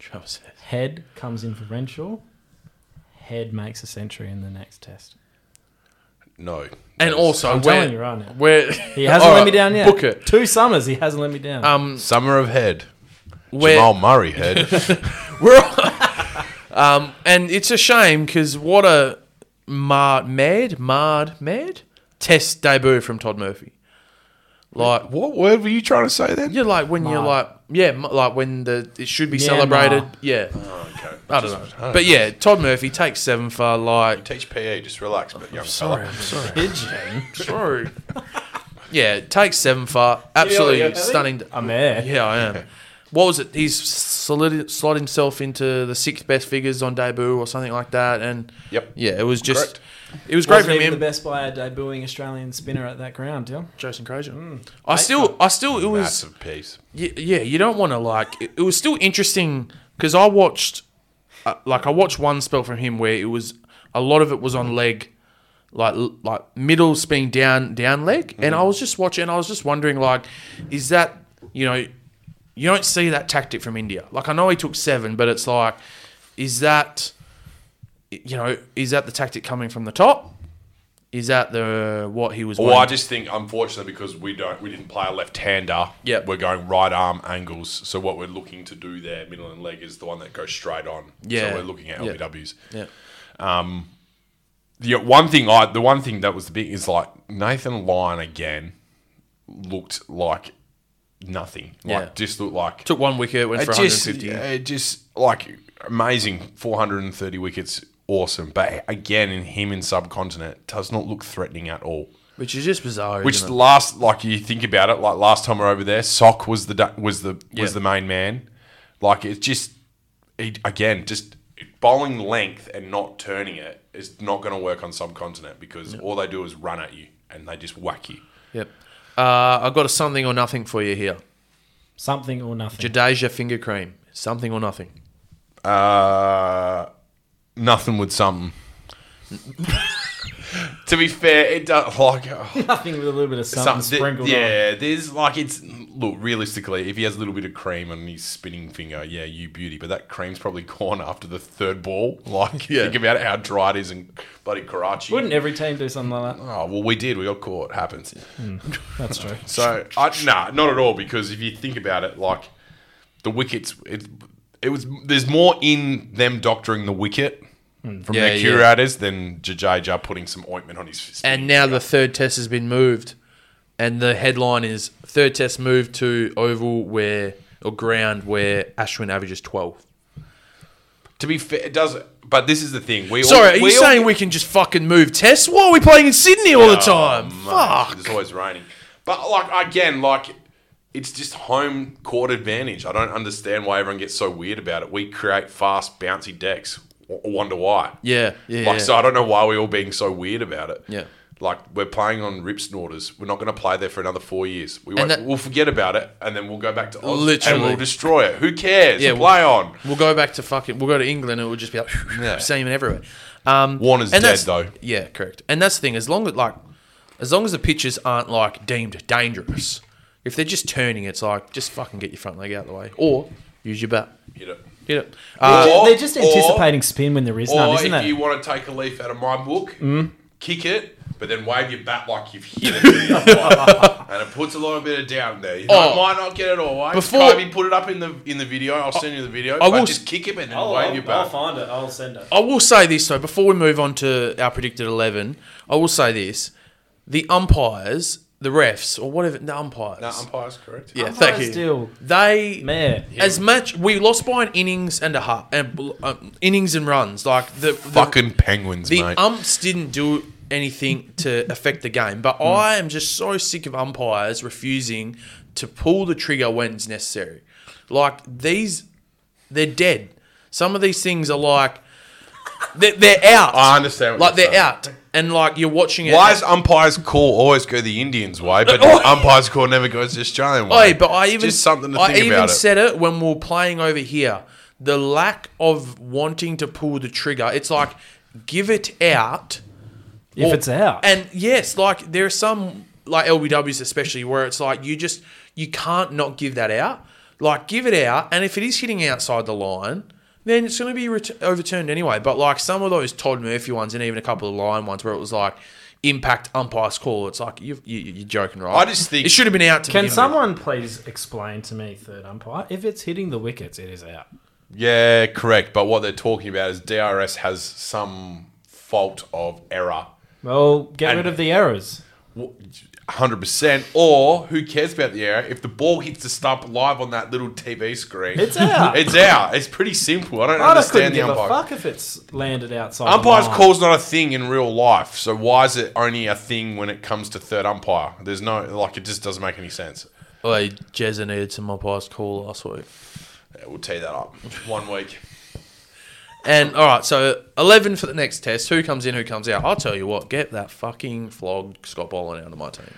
Speaker 1: Trevor says.
Speaker 2: Head comes in for Renshaw. Head makes a century in the next test.
Speaker 3: No.
Speaker 1: And also,
Speaker 2: I'm
Speaker 1: where,
Speaker 2: telling you right now.
Speaker 1: where
Speaker 2: He hasn't
Speaker 1: All
Speaker 2: let
Speaker 1: right,
Speaker 2: me down yet.
Speaker 1: Book it.
Speaker 2: Two summers he hasn't let me down.
Speaker 1: Um,
Speaker 3: Summer of Head.
Speaker 1: where
Speaker 3: Jamal Murray Head.
Speaker 1: We're um, and it's a shame because what a marred, mad, marred, mad test debut from Todd Murphy. Like
Speaker 3: what word were you trying to say then?
Speaker 1: you're like when you're
Speaker 2: Marred.
Speaker 1: like yeah, m- like when the it should be
Speaker 2: Yeah,
Speaker 1: celebrated.
Speaker 2: marred.
Speaker 1: Yeah,
Speaker 3: Okay.
Speaker 1: Oh, I don't know. But yeah, Todd Murphy takes seven for like.
Speaker 3: Teach PE, just relax, but young
Speaker 1: Sorry,
Speaker 3: fella.
Speaker 1: I'm sorry,
Speaker 2: Pigeon.
Speaker 1: sorry. yeah, takes seven for absolutely
Speaker 2: yeah, I think-
Speaker 1: stunning.
Speaker 2: I'm there.
Speaker 1: Yeah, I am. What was it? He's slid, slot himself into the sixth best figures on debut or something like that, and
Speaker 3: Yep.
Speaker 1: yeah, it was just it was great
Speaker 2: Wasn't
Speaker 1: from
Speaker 2: even the
Speaker 1: him.
Speaker 2: best player debuting Australian spinner at that ground, yeah?
Speaker 1: Jason Crozier.
Speaker 2: Mm.
Speaker 1: I still, I still, it was
Speaker 3: Massive piece.
Speaker 1: y- yeah. You don't want to like. It, it was still interesting because I watched, uh, like, I watched one spell from him where it was a lot of it was on leg, like l- like middle spinning down down leg,
Speaker 3: Mm-hmm.
Speaker 1: and I was just watching. and I was just wondering, like, is that you know, you don't see that tactic from India. Like, I know he took seven, but it's like, is that, you know, is that the tactic coming from the top? Is that the what he was?
Speaker 3: Well,
Speaker 1: wanting
Speaker 3: I
Speaker 1: to
Speaker 3: just think, unfortunately, because we don't, we didn't play a left-hander.
Speaker 1: Yep.
Speaker 3: we're going right arm angles. So what we're looking to do there, middle and leg, is the one that goes straight on.
Speaker 1: Yeah.
Speaker 3: so we're looking at
Speaker 1: Yeah.
Speaker 3: LBWs.
Speaker 1: Yeah.
Speaker 3: the one thing I the one thing that was the big is like Nathan Lyon again looked like nothing. Like
Speaker 1: Yeah.
Speaker 3: just looked like
Speaker 1: Took one wicket, went
Speaker 3: it
Speaker 1: for
Speaker 3: just,
Speaker 1: 150.
Speaker 3: yeah, it just like amazing 430 wickets, awesome. But again, in him in subcontinent does not look threatening at all.
Speaker 1: Which is just bizarre.
Speaker 3: Which
Speaker 1: isn't it?
Speaker 3: last, like you think about it, like last time we we're over there, Sock was the du- was the
Speaker 1: Yeah.
Speaker 3: was the main man. Like it's just he, again, just bowling length and not turning it is not going to work on subcontinent because all they do is run at you and they just whack you.
Speaker 1: Yep. Uh, I've got a something or nothing for you here.
Speaker 2: Something or nothing.
Speaker 1: Jadeja finger cream. Something or nothing.
Speaker 3: Uh, nothing with something. to be fair, it does like oh,
Speaker 2: Nothing with a little bit of something
Speaker 3: something.
Speaker 2: sprinkled on.
Speaker 3: yeah, there's like it's look realistically, if he has a little bit of cream on his spinning finger, yeah, you beauty. But that cream's probably gone after the third ball. Like
Speaker 1: Yeah.
Speaker 3: think about how dry it is in bloody Karachi.
Speaker 2: Wouldn't every team do something like that?
Speaker 3: Oh well, we did. We got caught. Happens.
Speaker 1: Mm.
Speaker 2: That's true.
Speaker 3: So I nah, not at all. Because if you think about it, like the wickets, it it was there's more in them doctoring the wicket from
Speaker 1: Mm, Yeah,
Speaker 3: their
Speaker 1: yeah.
Speaker 3: curators than Jadeja putting some ointment on his fist.
Speaker 1: And now the third test has been moved, and the headline is third test moved to oval where or ground where Ashwin averages twelve.
Speaker 3: to be fair, it does. But this is the thing. We all-
Speaker 1: Sorry, are you
Speaker 3: we all-
Speaker 1: saying we can just fucking move tests? Why are we playing in Sydney all the time?
Speaker 3: Oh, mate,
Speaker 1: Fuck.
Speaker 3: It's always raining. But like again, like it's just home court advantage. I don't understand why everyone gets so weird about it. We create fast, bouncy decks. W- Wonder why?
Speaker 1: Yeah, yeah,
Speaker 3: Like,
Speaker 1: yeah.
Speaker 3: so I don't know why we're all being so weird about it.
Speaker 1: Yeah.
Speaker 3: Like, we're playing on rip snorters. We're not going to play there for another four years. We won't,
Speaker 1: that-
Speaker 3: we'll forget about it, and then we'll go back to Oz
Speaker 1: Literally.
Speaker 3: and we'll destroy it. Who cares?
Speaker 1: Yeah,
Speaker 3: play on.
Speaker 1: We'll go back to fucking. We'll go to England, and we'll just be like same and everywhere. Um,
Speaker 3: Warner's
Speaker 1: and
Speaker 3: dead,
Speaker 1: that's-
Speaker 3: though.
Speaker 1: Yeah, correct. And that's the thing. As long as like, as long as the pitches aren't like deemed dangerous, if they're just turning, it's like just fucking get your front leg out of the way or use your bat.
Speaker 3: Hit it.
Speaker 1: Get it. Uh,
Speaker 3: Or-
Speaker 2: They're just
Speaker 3: or-
Speaker 2: anticipating spin when there is none,
Speaker 3: Or
Speaker 2: isn't
Speaker 3: if
Speaker 2: it?
Speaker 3: you want to take a leaf out of my book,
Speaker 1: Mm.
Speaker 3: kick it, but then wave your bat like you've hit it. to the umpire. and it puts a little bit of doubt there. You
Speaker 1: Oh.
Speaker 3: might not get it all right.
Speaker 1: Before-
Speaker 3: Before Kobe put it up in the in the video, I'll send you the video.
Speaker 1: I
Speaker 3: but
Speaker 1: will-
Speaker 3: just kick it and then wave your bat.
Speaker 2: find it. I'll send it.
Speaker 1: I will say this though. Before we move on to our predicted eleven, I will say this: the umpires, the refs, or whatever, the umpires.
Speaker 3: No, umpire's correct.
Speaker 1: yeah,
Speaker 2: Umpires
Speaker 1: thank you.
Speaker 2: deal.
Speaker 1: They
Speaker 2: Man,
Speaker 1: As much we lost by an innings and a half, and um, innings and runs. Like the, the
Speaker 3: Fucking penguins,
Speaker 1: the
Speaker 3: mate.
Speaker 1: umps didn't do anything to affect the game.
Speaker 3: Hmm.
Speaker 1: But I am just so sick of umpires refusing to pull the trigger when it's necessary. Like these, they're dead. Some of these things are like they're, they're out.
Speaker 3: I understand what
Speaker 1: like
Speaker 3: you're
Speaker 1: they're out, and like you're watching it.
Speaker 3: Why is umpires' call always go the Indians' way, but umpires' call never goes the Australian way?
Speaker 1: Oi, but I even
Speaker 3: just something to
Speaker 1: I
Speaker 3: think
Speaker 1: even
Speaker 3: about. it.
Speaker 1: said it when we were playing over here. The lack of wanting to pull the trigger. It's like give it out.
Speaker 2: if
Speaker 1: or-
Speaker 2: it's out.
Speaker 1: And yes, like there are some like LBWs especially where it's like you just you can't not give that out. Like give it out, and if it is hitting outside the line, then it's going to be ret- overturned anyway. But like some of those Todd Murphy ones, and even a couple of line ones where it was like impact umpire's call. It's like you, you you're joking, right?
Speaker 3: I just think-
Speaker 1: it should have been out. To
Speaker 2: Can
Speaker 1: begin with.
Speaker 2: someone please explain to me, third umpire, if it's hitting the wickets, it is out.
Speaker 3: Yeah, correct. But what they're talking about is DRS has some fault of error.
Speaker 2: Well, get
Speaker 3: And-
Speaker 2: rid of the errors.
Speaker 3: Hundred percent. Or who cares about the error? If the ball hits the stump live on that little TV screen,
Speaker 2: It's out.
Speaker 3: it's out. It's pretty simple. I don't
Speaker 2: I just couldn't
Speaker 3: understand the
Speaker 2: give a
Speaker 3: umpire.
Speaker 2: fuck if it's landed outside. the
Speaker 3: Umpire's
Speaker 2: line.
Speaker 3: call's not a thing in real life, so why is it only a thing when it comes to third umpire? There's no like, it just doesn't make any sense.
Speaker 1: Oi, Jezza needed some umpire's call last week.
Speaker 3: Yeah, we'll tee that up one week.
Speaker 1: And all right, so eleven for the next test. Who comes in? Who comes out? I'll tell you what. Get that fucking flogged Scott Boland out of my team.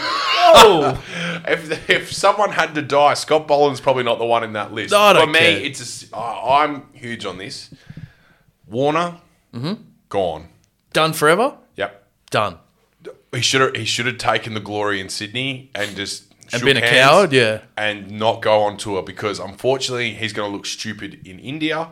Speaker 2: Oh,
Speaker 3: If, if someone had to die, Scott Boland's probably not the one in that list.
Speaker 1: No, I don't
Speaker 3: For me,
Speaker 1: care.
Speaker 3: it's a s- I- I'm huge on this. Warner,
Speaker 1: Mm-hmm.
Speaker 3: gone.
Speaker 1: Done forever.
Speaker 3: Yep,
Speaker 1: Done.
Speaker 3: he should have he should have taken the glory in Sydney and just
Speaker 1: And
Speaker 3: shook
Speaker 1: been a
Speaker 3: hands
Speaker 1: coward, yeah.
Speaker 3: and not go on tour because unfortunately he's going to look stupid in India.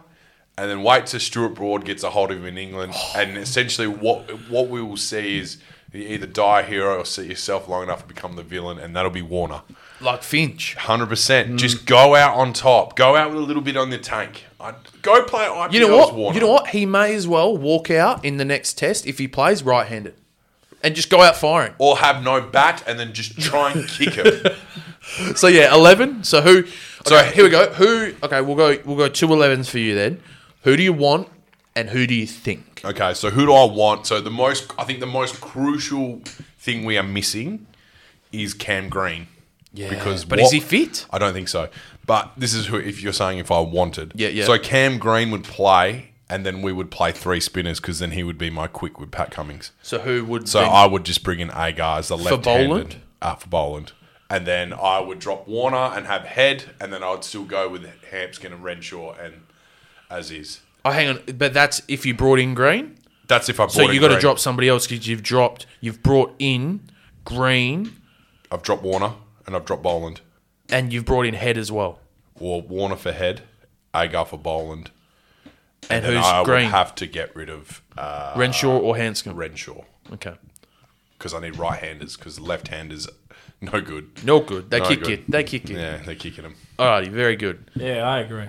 Speaker 3: And then wait till Stuart Broad gets a hold of him in England, and essentially what what we will see is You either die a hero or sit yourself long enough to become the villain, and that'll be Warner.
Speaker 1: Like Finch.
Speaker 3: Hundred
Speaker 1: Mm.
Speaker 3: percent. Just go out on top. Go out with a little bit on the tank. I, go play IPL
Speaker 1: You know what?
Speaker 3: Warner.
Speaker 1: You know what? He may as well walk out in the next test if he plays right handed and just go out firing.
Speaker 3: Or have no bat and then just try and kick it.
Speaker 1: So yeah, eleven. So who
Speaker 3: So-
Speaker 1: So here we go. Who okay, we'll go we'll go two 11s for you then. Who do you want and who do you think?
Speaker 3: Okay, so who do I want? So the most, I think the most crucial thing we are missing is Cam Green. Yeah, because
Speaker 1: but
Speaker 3: is
Speaker 1: is he fit?
Speaker 3: I don't think so. But this is who, if you're saying if I wanted.
Speaker 1: Yeah, yeah.
Speaker 3: So Cam Green would play, and then we would play three spinners because then he would be my quick with Pat Cummings.
Speaker 1: So who would
Speaker 3: So
Speaker 1: then-
Speaker 3: I would just bring in Agar as the left
Speaker 1: Boland?
Speaker 3: handed uh, for Boland. And then I would drop Warner and have Head, and then I would still go with Hampskin and Renshaw and as is.
Speaker 1: Oh, hang on, but that's if you brought in Green.
Speaker 3: That's if I
Speaker 1: So
Speaker 3: brought
Speaker 1: you
Speaker 3: in
Speaker 1: got to
Speaker 3: Green.
Speaker 1: drop somebody else because you've dropped, you've brought in Green,
Speaker 3: I've dropped Warner and I've dropped Boland.
Speaker 1: and you've brought in Head as well.
Speaker 3: Or Warner for Head, Agar for Boland.
Speaker 1: And,
Speaker 3: And
Speaker 1: who's
Speaker 3: I
Speaker 1: Green?
Speaker 3: would have to get rid of uh,
Speaker 1: Renshaw or Hanscom?
Speaker 3: Renshaw
Speaker 1: Okay,
Speaker 3: because I need right handers because left handers no good.
Speaker 1: no good. They
Speaker 3: No
Speaker 1: kick
Speaker 3: good.
Speaker 1: it. They kick it.
Speaker 3: Yeah, they're kicking him.
Speaker 1: Alrighty, very good.
Speaker 2: Yeah, I agree.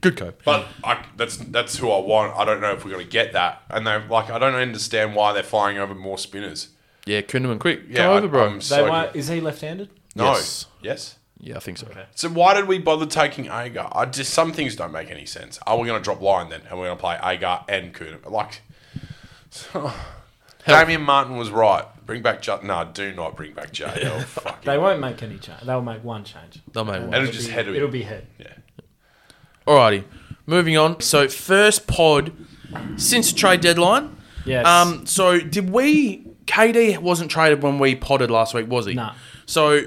Speaker 1: Good cope.
Speaker 3: But I, that's that's who I want. I don't know if we're gonna get that. And they like I don't understand why they're flying over more spinners.
Speaker 1: Yeah, Kunderman, quick,
Speaker 3: Yeah,
Speaker 1: come over,
Speaker 3: I-
Speaker 1: bro.
Speaker 3: I'm
Speaker 2: They
Speaker 3: so
Speaker 2: won't, is he left-handed?
Speaker 3: no.
Speaker 1: Yes.
Speaker 3: Yes.
Speaker 1: yeah, I think so.
Speaker 3: So why did we bother taking Agar? I just some things don't make any sense. Are we gonna drop Lyon then? And we're gonna play Agar and Kuna? Like, so, Damian Martin was right. Bring back J. No, do not bring back JL. Fuck
Speaker 2: They
Speaker 3: it.
Speaker 2: won't make any change. They'll make one change.
Speaker 1: They'll make
Speaker 2: And
Speaker 1: one.
Speaker 3: It'll just
Speaker 2: be,
Speaker 3: head it.
Speaker 2: It'll be head.
Speaker 3: Yeah.
Speaker 1: Alrighty, moving on. So first pod since trade deadline.
Speaker 2: Yes.
Speaker 1: Um. So did we? KD wasn't traded when we potted last week, was he?
Speaker 2: Nah.
Speaker 1: So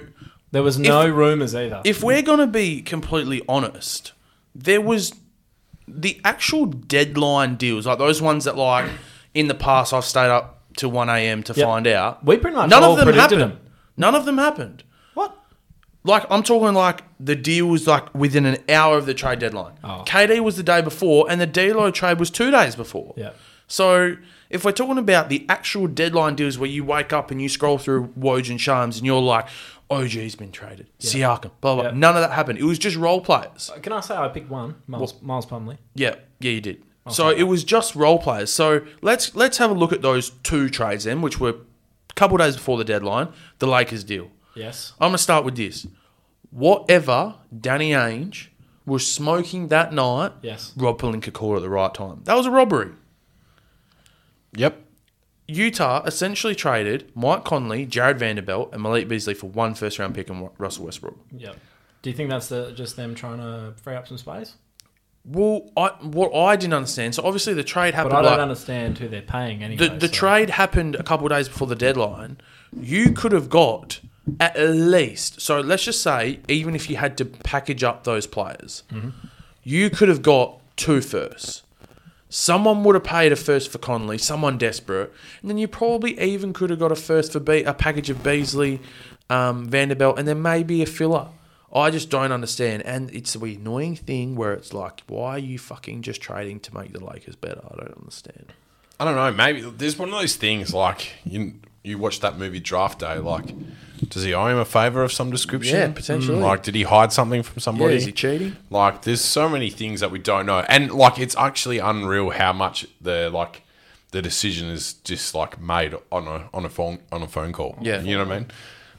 Speaker 2: There was no rumours either.
Speaker 1: if we're going to be completely honest, there was the actual deadline deals, like those ones that, like, in the past, I've stayed up till 1 a.m. to
Speaker 2: Yep.
Speaker 1: find out.
Speaker 2: We pretty much
Speaker 1: None
Speaker 2: all
Speaker 1: of them
Speaker 2: predicted
Speaker 1: happened.
Speaker 2: them.
Speaker 1: None of them happened.
Speaker 2: what?
Speaker 1: Like, I'm talking like the deal was like within an hour of the trade deadline.
Speaker 2: Oh.
Speaker 1: KD was the day before, and the D'Lo trade was two days before.
Speaker 2: Yeah.
Speaker 1: So if we're talking about the actual deadline deals where you wake up and you scroll through Woj and Shams and you're like, OG's been traded, Siakam, blah, blah,
Speaker 2: Yeah.
Speaker 1: None of that happened. It was just role players.
Speaker 2: Can I say I picked one? Miles, Miles Plumley.
Speaker 1: Yeah, yeah, you did.
Speaker 2: Oh,
Speaker 1: So it was just role players. So let's let's have a look at those two trades then, which were a couple days before the deadline, the Lakers deal.
Speaker 2: Yes.
Speaker 1: I'm gonna start with this. Whatever Danny Ainge was smoking that night,
Speaker 2: Yes.
Speaker 1: Rob Palinka called at the right time. That was a robbery.
Speaker 3: Yep.
Speaker 1: Utah essentially traded Mike Conley, Jared Vanderbilt, and Malik Beasley for one first round pick and Wa- Russell Westbrook.
Speaker 2: Yep. Do you think that's the, just them trying to free up some space?
Speaker 1: Well, I, what I didn't understand. So obviously the trade
Speaker 2: But
Speaker 1: happened.
Speaker 2: I don't
Speaker 1: like-
Speaker 2: understand who they're paying anyway.
Speaker 1: The, the
Speaker 2: so-
Speaker 1: trade happened a couple of days before the deadline. You could have got at least, so let's just say, even if you had to package up those players, you could have got two firsts. Someone would have paid a first for Conley, someone desperate, and then you probably even could have got a first for Be- a package of Beasley, um, Vanderbilt, and then maybe a filler. I just don't understand, and it's the annoying thing where it's like, why are you fucking just trading to make the Lakers better? I don't understand.
Speaker 3: I don't know. Maybe there's one of those things like you you watch that movie Draft Day. Like, does he owe him a favor of some description?
Speaker 1: Yeah, potentially.
Speaker 3: Like, did he hide something from somebody?
Speaker 1: Yeah, is he cheating?
Speaker 3: Like, there's so many things that we don't know, and like, it's actually unreal how much the like the decision is just like made on a on a phone on a phone call.
Speaker 1: Yeah.
Speaker 3: you know what I mean.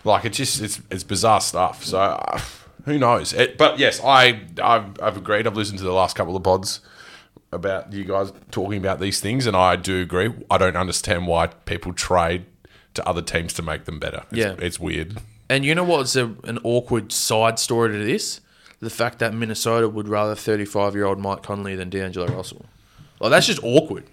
Speaker 3: Like, it's just it's it's bizarre stuff. So. Uh, who knows? It, but yes, I I've, I've agreed. I've listened to the last couple of pods about you guys talking about these things, and I do agree. I don't understand why people trade to other teams to make them better. It's,
Speaker 1: Yeah.
Speaker 3: it's weird.
Speaker 1: And you know what's a, an awkward side story to this? The fact that Minnesota would rather 35 year old Mike Conley than D'Angelo Russell. Like, that's just awkward.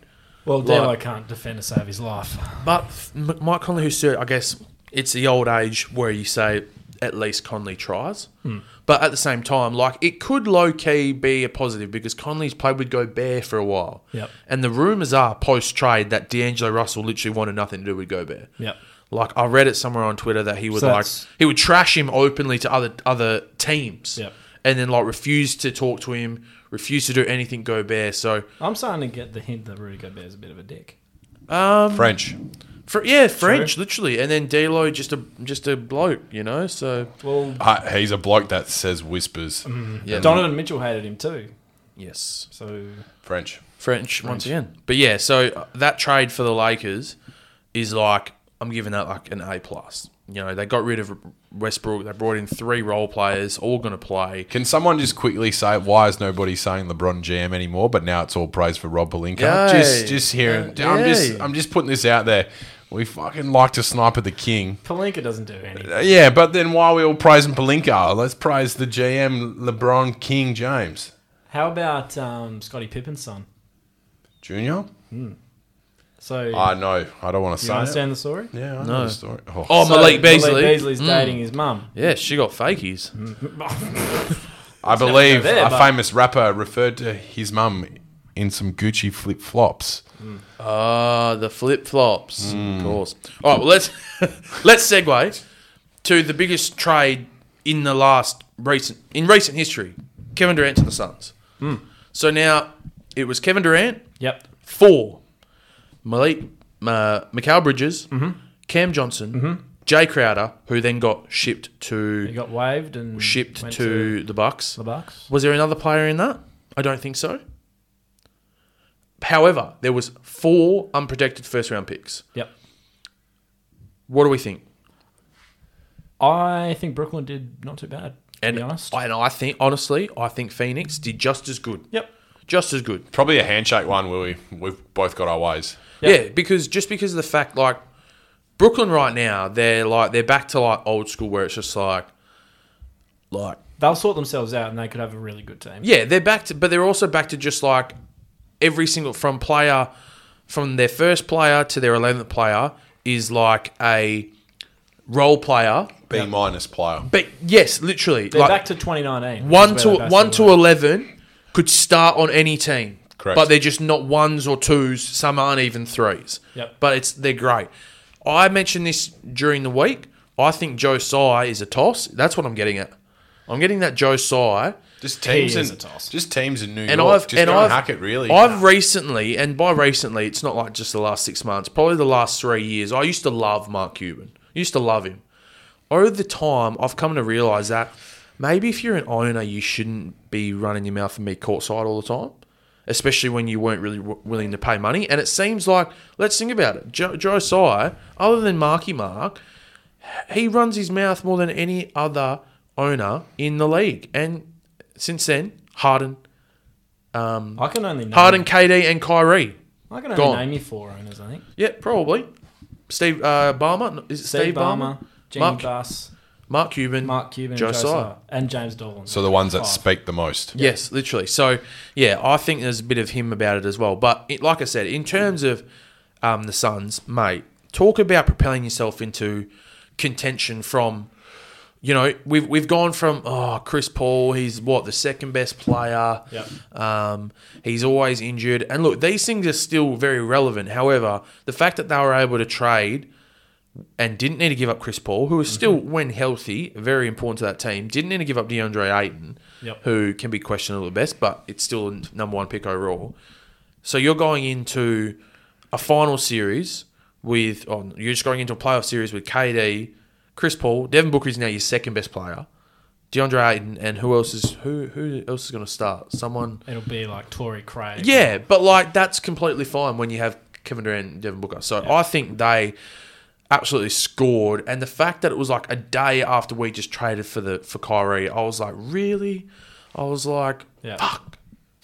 Speaker 2: Well, Delo
Speaker 1: Like-
Speaker 2: can't defend to save his life.
Speaker 1: But M- Mike Conley, who's, cert- I guess, it's the old age where you say at least Conley tries.
Speaker 2: Hmm.
Speaker 1: But at the same time, like, it could low key be a positive because Conley's played with Gobert for a while.
Speaker 2: Yep.
Speaker 1: And the rumors are post trade that D'Angelo Russell literally wanted nothing to do with Gobert.
Speaker 2: Yep.
Speaker 1: Like I read it somewhere on Twitter that he would
Speaker 2: So
Speaker 1: like
Speaker 2: that's-
Speaker 1: he would trash him openly to other other teams,
Speaker 2: Yep.
Speaker 1: and then like refuse to talk to him, refuse to do anything Gobert. So
Speaker 2: I'm starting to get the hint that Rudy Gobert is a bit of a dick.
Speaker 3: French.
Speaker 1: Fr- yeah, French, literally, and then D'Lo just a just a bloke, you know. So
Speaker 2: Well,
Speaker 3: Uh, he's a bloke that says whispers
Speaker 1: yeah,
Speaker 2: Donovan Mitchell hated him too.
Speaker 1: yes,
Speaker 2: So
Speaker 3: French.
Speaker 1: French, once again. But yeah, so uh, that trade for the Lakers is like I'm giving that like an A plus. You know, they got rid of Westbrook. They brought in three role players, all going to play.
Speaker 3: Can someone just quickly say why is nobody saying LeBron Jam anymore? But now it's all praise for Rob Palinka.
Speaker 1: Yay.
Speaker 3: Just, just hearing. I'm just,
Speaker 1: Yay.
Speaker 3: I'm just putting this out there. We fucking like to snipe at the king.
Speaker 2: Palinka doesn't do anything.
Speaker 3: Uh, yeah, but then why are we all praising Palinka? Let's praise the GM LeBron King James
Speaker 2: How about um, Scotty Pippen's son?
Speaker 3: Junior.
Speaker 2: So
Speaker 3: I know. I don't want to
Speaker 2: do you
Speaker 3: say. it.
Speaker 2: understand the story?
Speaker 3: Yeah, I know
Speaker 1: No.
Speaker 3: the story. Oh,
Speaker 1: Oh,
Speaker 2: So,
Speaker 1: Malik Beasley.
Speaker 2: Beasley's
Speaker 1: Mm.
Speaker 2: dating his mum.
Speaker 1: Yeah, she got fakies.
Speaker 3: I believe
Speaker 2: there,
Speaker 3: a
Speaker 2: but-
Speaker 3: famous rapper referred to his mum in some Gucci flip flops.
Speaker 1: Ah, the flip flops,
Speaker 2: Hmm.
Speaker 1: of course. All right, well let's let's segue to the biggest trade in the last recent in recent history: Kevin Durant to the Suns.
Speaker 2: Hmm.
Speaker 1: So now it was Kevin Durant
Speaker 2: Yep.
Speaker 1: for Malik, uh, Mikal Bridges,
Speaker 2: Mm-hmm.
Speaker 1: Cam Johnson, Jay Crowder, who then got shipped to
Speaker 2: He got waived and
Speaker 1: shipped to,
Speaker 2: went
Speaker 1: the Bucks.
Speaker 2: the Bucks.
Speaker 1: Was there another player in that? I don't think so. However, there was four unprotected first round picks.
Speaker 2: Yep.
Speaker 1: What do we think?
Speaker 2: I think Brooklyn did not too bad. To
Speaker 1: And
Speaker 2: be honest.
Speaker 1: I, and I think honestly, I think Phoenix did just as good.
Speaker 2: yep.
Speaker 1: Just as good.
Speaker 3: Probably a handshake one where we we've both got our ways.
Speaker 1: Yeah, because just because of the fact like Brooklyn right now, they're like they're back to like old school where it's just like like
Speaker 2: They'll sort themselves out and they could have a really good team.
Speaker 1: Yeah, they're back to, but they're also back to just like every single from player, from their first player to their eleventh player is like a role player.
Speaker 3: B minus player.
Speaker 1: But yes, literally,
Speaker 2: They're
Speaker 1: like
Speaker 2: back to 2019.
Speaker 1: one to one to eleven could start on any team.
Speaker 3: Correct.
Speaker 1: But they're just not ones or twos. Some aren't even threes.
Speaker 2: Yep.
Speaker 1: But it's they're great. I mentioned this during the week. I think Joe Tsai is a toss. That's what I'm getting at. I'm getting that Joe Tsai.
Speaker 3: Just teams
Speaker 2: He
Speaker 3: in
Speaker 2: is a toss.
Speaker 3: just teams in New
Speaker 1: and
Speaker 3: York.
Speaker 1: I've
Speaker 3: just
Speaker 1: and
Speaker 3: go
Speaker 1: I've
Speaker 3: and hack it really.
Speaker 1: I've recently, and by recently, it's not like just the last six months, probably the last three years. I used to love Mark Cuban. Used to love him. Over the time, I've come to realize that maybe if you're an owner, you shouldn't be running your mouth and be courtside all the time, especially when you weren't really w- willing to pay money. And it seems like let's think about it. Joe, Joe Tsai, other than Marky Mark, he runs his mouth more than any other owner in the league. And since then, Harden,
Speaker 2: I can only name,
Speaker 1: Harden, KD, and Kyrie.
Speaker 2: I can only
Speaker 1: gone.
Speaker 2: name you four owners, I think.
Speaker 1: Yeah, probably. Steve uh, Barmer. Is it Steve,
Speaker 2: Steve Barmer, Jimmy
Speaker 1: Mark-
Speaker 2: Buss,
Speaker 1: Mark Cuban.
Speaker 2: Mark Cuban,
Speaker 1: Josiah.
Speaker 2: Josiah, and James Dolan.
Speaker 3: so the ones that
Speaker 1: Oh.
Speaker 2: Five.
Speaker 3: speak the most.
Speaker 1: Yes, literally. So, yeah, I think there's a bit of him about it as well. But it, like I said, in terms of um, the Suns, mate, talk about propelling yourself into contention from, you know, we've we've gone from oh Chris Paul, he's what the second best player.
Speaker 2: Yep.
Speaker 1: Um, he's always injured, and look, these things are still very relevant. However, the fact that they were able to trade and didn't need to give up Chris Paul, who is still, when healthy, very important to that team. Didn't need to give up DeAndre Ayton,
Speaker 2: Yep.
Speaker 1: who can be questionable at best, but it's still a number one pick overall. So you're going into a final series with, oh, you're just going into a playoff series with KD, Chris Paul, Devin Booker is now your second best player, DeAndre Ayton, and who else is who who else is going to start? Someone,
Speaker 2: It'll be like Tory Craig.
Speaker 1: yeah, but like that's completely fine when you have Kevin Durant and Devin Booker. So I think they absolutely scored, and the fact that it was like a day after we just traded for the for Kyrie, I was like, really? I was like,
Speaker 2: Yeah.
Speaker 1: fuck.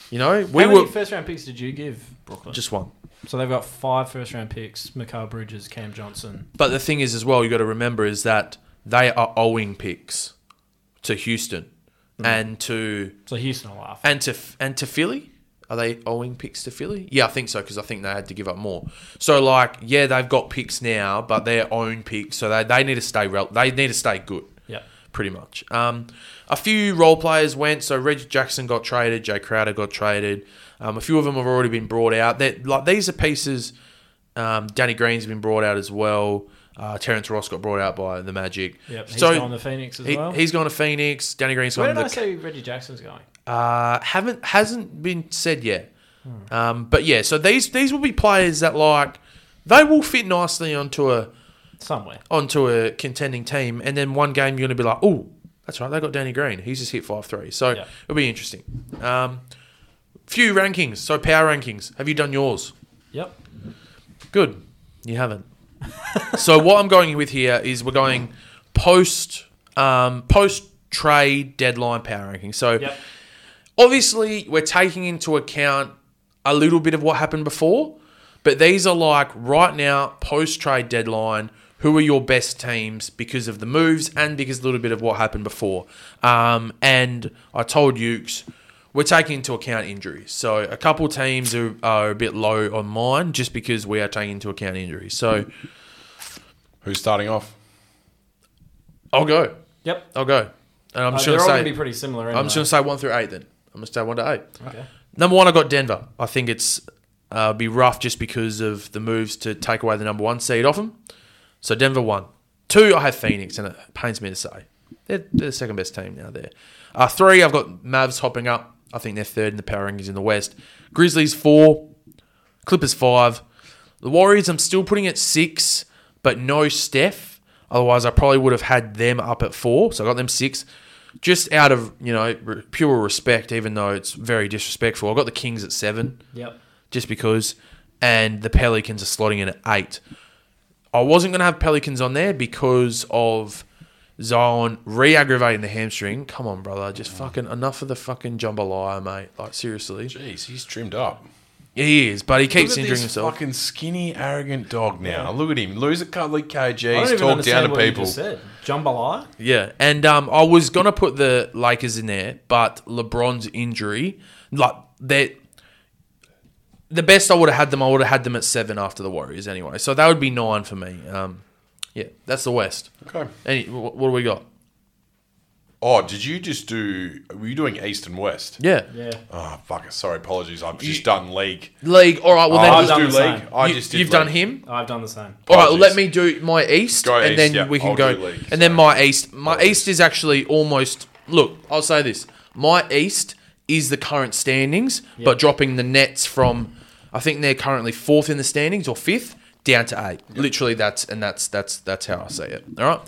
Speaker 1: You know,
Speaker 2: How
Speaker 1: we
Speaker 2: many
Speaker 1: were
Speaker 2: first round picks did you give Brooklyn?
Speaker 1: just one.
Speaker 2: so they've got five first round picks: Mikal Bridges, Cam Johnson.
Speaker 1: But the thing is, as well, you got to remember is that they are owing picks to Houston
Speaker 2: Mm-hmm.
Speaker 1: and to
Speaker 2: So Houston will laugh.
Speaker 1: and to and to Philly. Are they owing picks to Philly? Yeah, I think so because I think they had to give up more. So like, yeah, they've got picks now, but their own picks, so they, they need to stay rel- they need to stay good.
Speaker 2: Yep.
Speaker 1: pretty much. Um, a few role players went. So Reggie Jackson got traded. Jay Crowder got traded. Um, a few of them have already been brought out. They're, like these are pieces. Um, Danny Green's been brought out as well. Uh, Terrence Ross got brought out by the Magic.
Speaker 2: Yep. He's
Speaker 1: so
Speaker 2: gone to Phoenix as
Speaker 1: he,
Speaker 2: well.
Speaker 1: has gone to Phoenix. Danny Green's
Speaker 2: Where
Speaker 1: gone
Speaker 2: did I
Speaker 1: to the
Speaker 2: say Reggie Jackson's going?
Speaker 1: uh, haven't hasn't been said yet. Um, but yeah, so these these will be players that like They will fit nicely onto a
Speaker 2: somewhere.
Speaker 1: onto a contending team, and then one game you're gonna be like, oh, that's right, they got Danny Green. He's just hit five three, so
Speaker 2: Yeah.
Speaker 1: it'll be interesting. Um, few rankings, so power rankings. Have you done yours?
Speaker 2: Yep.
Speaker 1: Good, you haven't. so what I'm going with here is we're going post um, post trade deadline power ranking. So
Speaker 2: Yep.
Speaker 1: obviously we're taking into account a little bit of what happened before, but these are like right now post trade deadline. Who are your best teams because of the moves and because a little bit of what happened before? Um, and I told Ukes we're taking into account injuries. So a couple teams are, are a bit low on mine just because we are taking into account injuries. So
Speaker 3: Who's starting off?
Speaker 1: I'll go.
Speaker 2: Yep.
Speaker 1: I'll go. And I'm
Speaker 2: Uh,
Speaker 1: just
Speaker 2: they're
Speaker 1: gonna
Speaker 2: all
Speaker 1: say
Speaker 2: going to be pretty similar.
Speaker 1: I'm just gonna say one through eight then. I'm gonna stay one to eight.
Speaker 2: Okay.
Speaker 1: Number one, I got Denver. I think it's uh, be rough just because of the moves to take away the number one seed off them. So Denver one, two. I have Phoenix, and it pains me to say they're, they're the second best team now. There, uh, three. I've got Mavs hopping up. I think they're third in the power rankings in the West. Grizzlies four, Clippers five. The Warriors, I'm still putting at six, but no Steph. Otherwise, I probably would have had them up at four. So I got them six. Just out of, you know, re- pure respect, even though it's very disrespectful. I got the Kings at seven,
Speaker 2: Yep.
Speaker 1: just because. And the Pelicans are slotting in at eight. I wasn't going to have Pelicans on there because of Zion re aggravating the hamstring. Come on, brother. Just fucking enough of the fucking jambalaya, mate. Like, seriously.
Speaker 3: Jeez, he's trimmed up.
Speaker 1: He is, but he keeps
Speaker 3: Look at
Speaker 1: injuring
Speaker 3: this
Speaker 1: himself.
Speaker 3: fucking skinny, arrogant dog now. Look at him. Lose a couple of kgs,
Speaker 2: even
Speaker 3: talk down
Speaker 2: understand
Speaker 3: to
Speaker 2: what you
Speaker 3: people.
Speaker 2: just said. Jambalaya.
Speaker 1: Yeah, and um, I was gonna put the Lakers in there, but LeBron's injury, like they, the best I would have had them, I would have had them at seven after the Warriors anyway. So that would be nine for me. Um, yeah, that's the West.
Speaker 3: Okay.
Speaker 1: Any, wh- what do we got?
Speaker 3: Oh, did you just do. Were you doing East and West?
Speaker 1: Yeah,
Speaker 2: Yeah.
Speaker 3: Oh, fuck it. Sorry, apologies. I've just done league.
Speaker 1: league. All right. Well,
Speaker 3: Oh, I
Speaker 1: then
Speaker 2: I've
Speaker 3: just
Speaker 2: done
Speaker 3: do
Speaker 2: the same.
Speaker 3: league. I
Speaker 1: you,
Speaker 3: just did
Speaker 1: you've done
Speaker 3: league.
Speaker 1: him.
Speaker 2: I've done the same.
Speaker 1: All right. Well, let
Speaker 3: Apologies.
Speaker 1: me do my East,
Speaker 3: Go
Speaker 1: and
Speaker 3: East,
Speaker 1: then
Speaker 3: yeah.
Speaker 1: we can
Speaker 3: I'll
Speaker 1: go.
Speaker 3: do league,
Speaker 1: and then
Speaker 3: so-
Speaker 1: my East, my East is actually almost. Look, I'll say this: my East is the current standings, but dropping the Nets from, I think they're currently fourth in the standings or fifth down to eight. Literally, that's and that's that's that's how I see it. All right.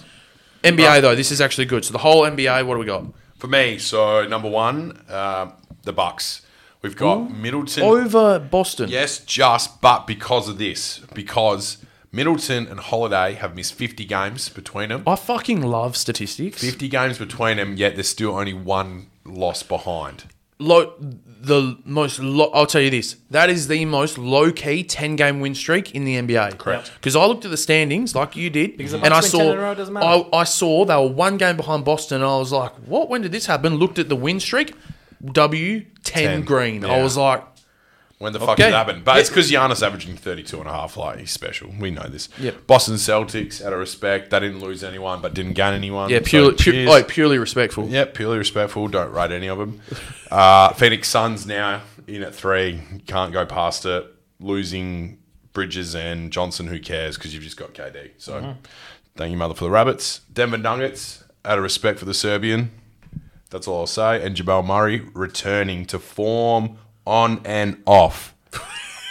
Speaker 1: NBA though, this is actually good. So the whole NBA, what do we got?
Speaker 3: For me, so number one, uh, the Bucks. We've got Middleton.
Speaker 1: Over Boston.
Speaker 3: Yes, just but because of this, because Middleton and Holiday have missed 50 games between them.
Speaker 1: I fucking love statistics.
Speaker 3: 50 games between them, yet there's still only one loss behind.
Speaker 1: low the most low I'll tell you this that is the most low key 10 game win streak in the NBA
Speaker 3: Correct.
Speaker 1: because I looked at the standings like you did
Speaker 2: Because the
Speaker 1: and I
Speaker 2: Bucks win 10
Speaker 1: saw
Speaker 2: in a row, it doesn't matter.
Speaker 1: I, I saw they were one game behind Boston and I was like what when did this happen looked at the win streak W10
Speaker 3: 10,
Speaker 1: green I
Speaker 3: yeah.
Speaker 1: was like
Speaker 3: When the fuck did
Speaker 1: Okay.
Speaker 3: it happen? But it's because Giannis averaging 32 and a half. Like, he's special. We know this.
Speaker 1: Yep.
Speaker 3: Boston Celtics, out of respect, they didn't lose anyone but didn't gain anyone.
Speaker 1: yeah
Speaker 3: So,
Speaker 1: purely pu-
Speaker 3: cheers.
Speaker 1: like, purely respectful
Speaker 3: Yeah, purely respectful. Don't rate any of them. Uh, Phoenix Suns now in at three. Can't go past it. Losing Bridges and Johnson. Who cares? Because you've just got KD. So thank you, mother, for the rabbits. Denver Nuggets. Out of respect for the Serbian, that's all I'll say. And Jabal Murray returning to form on and off,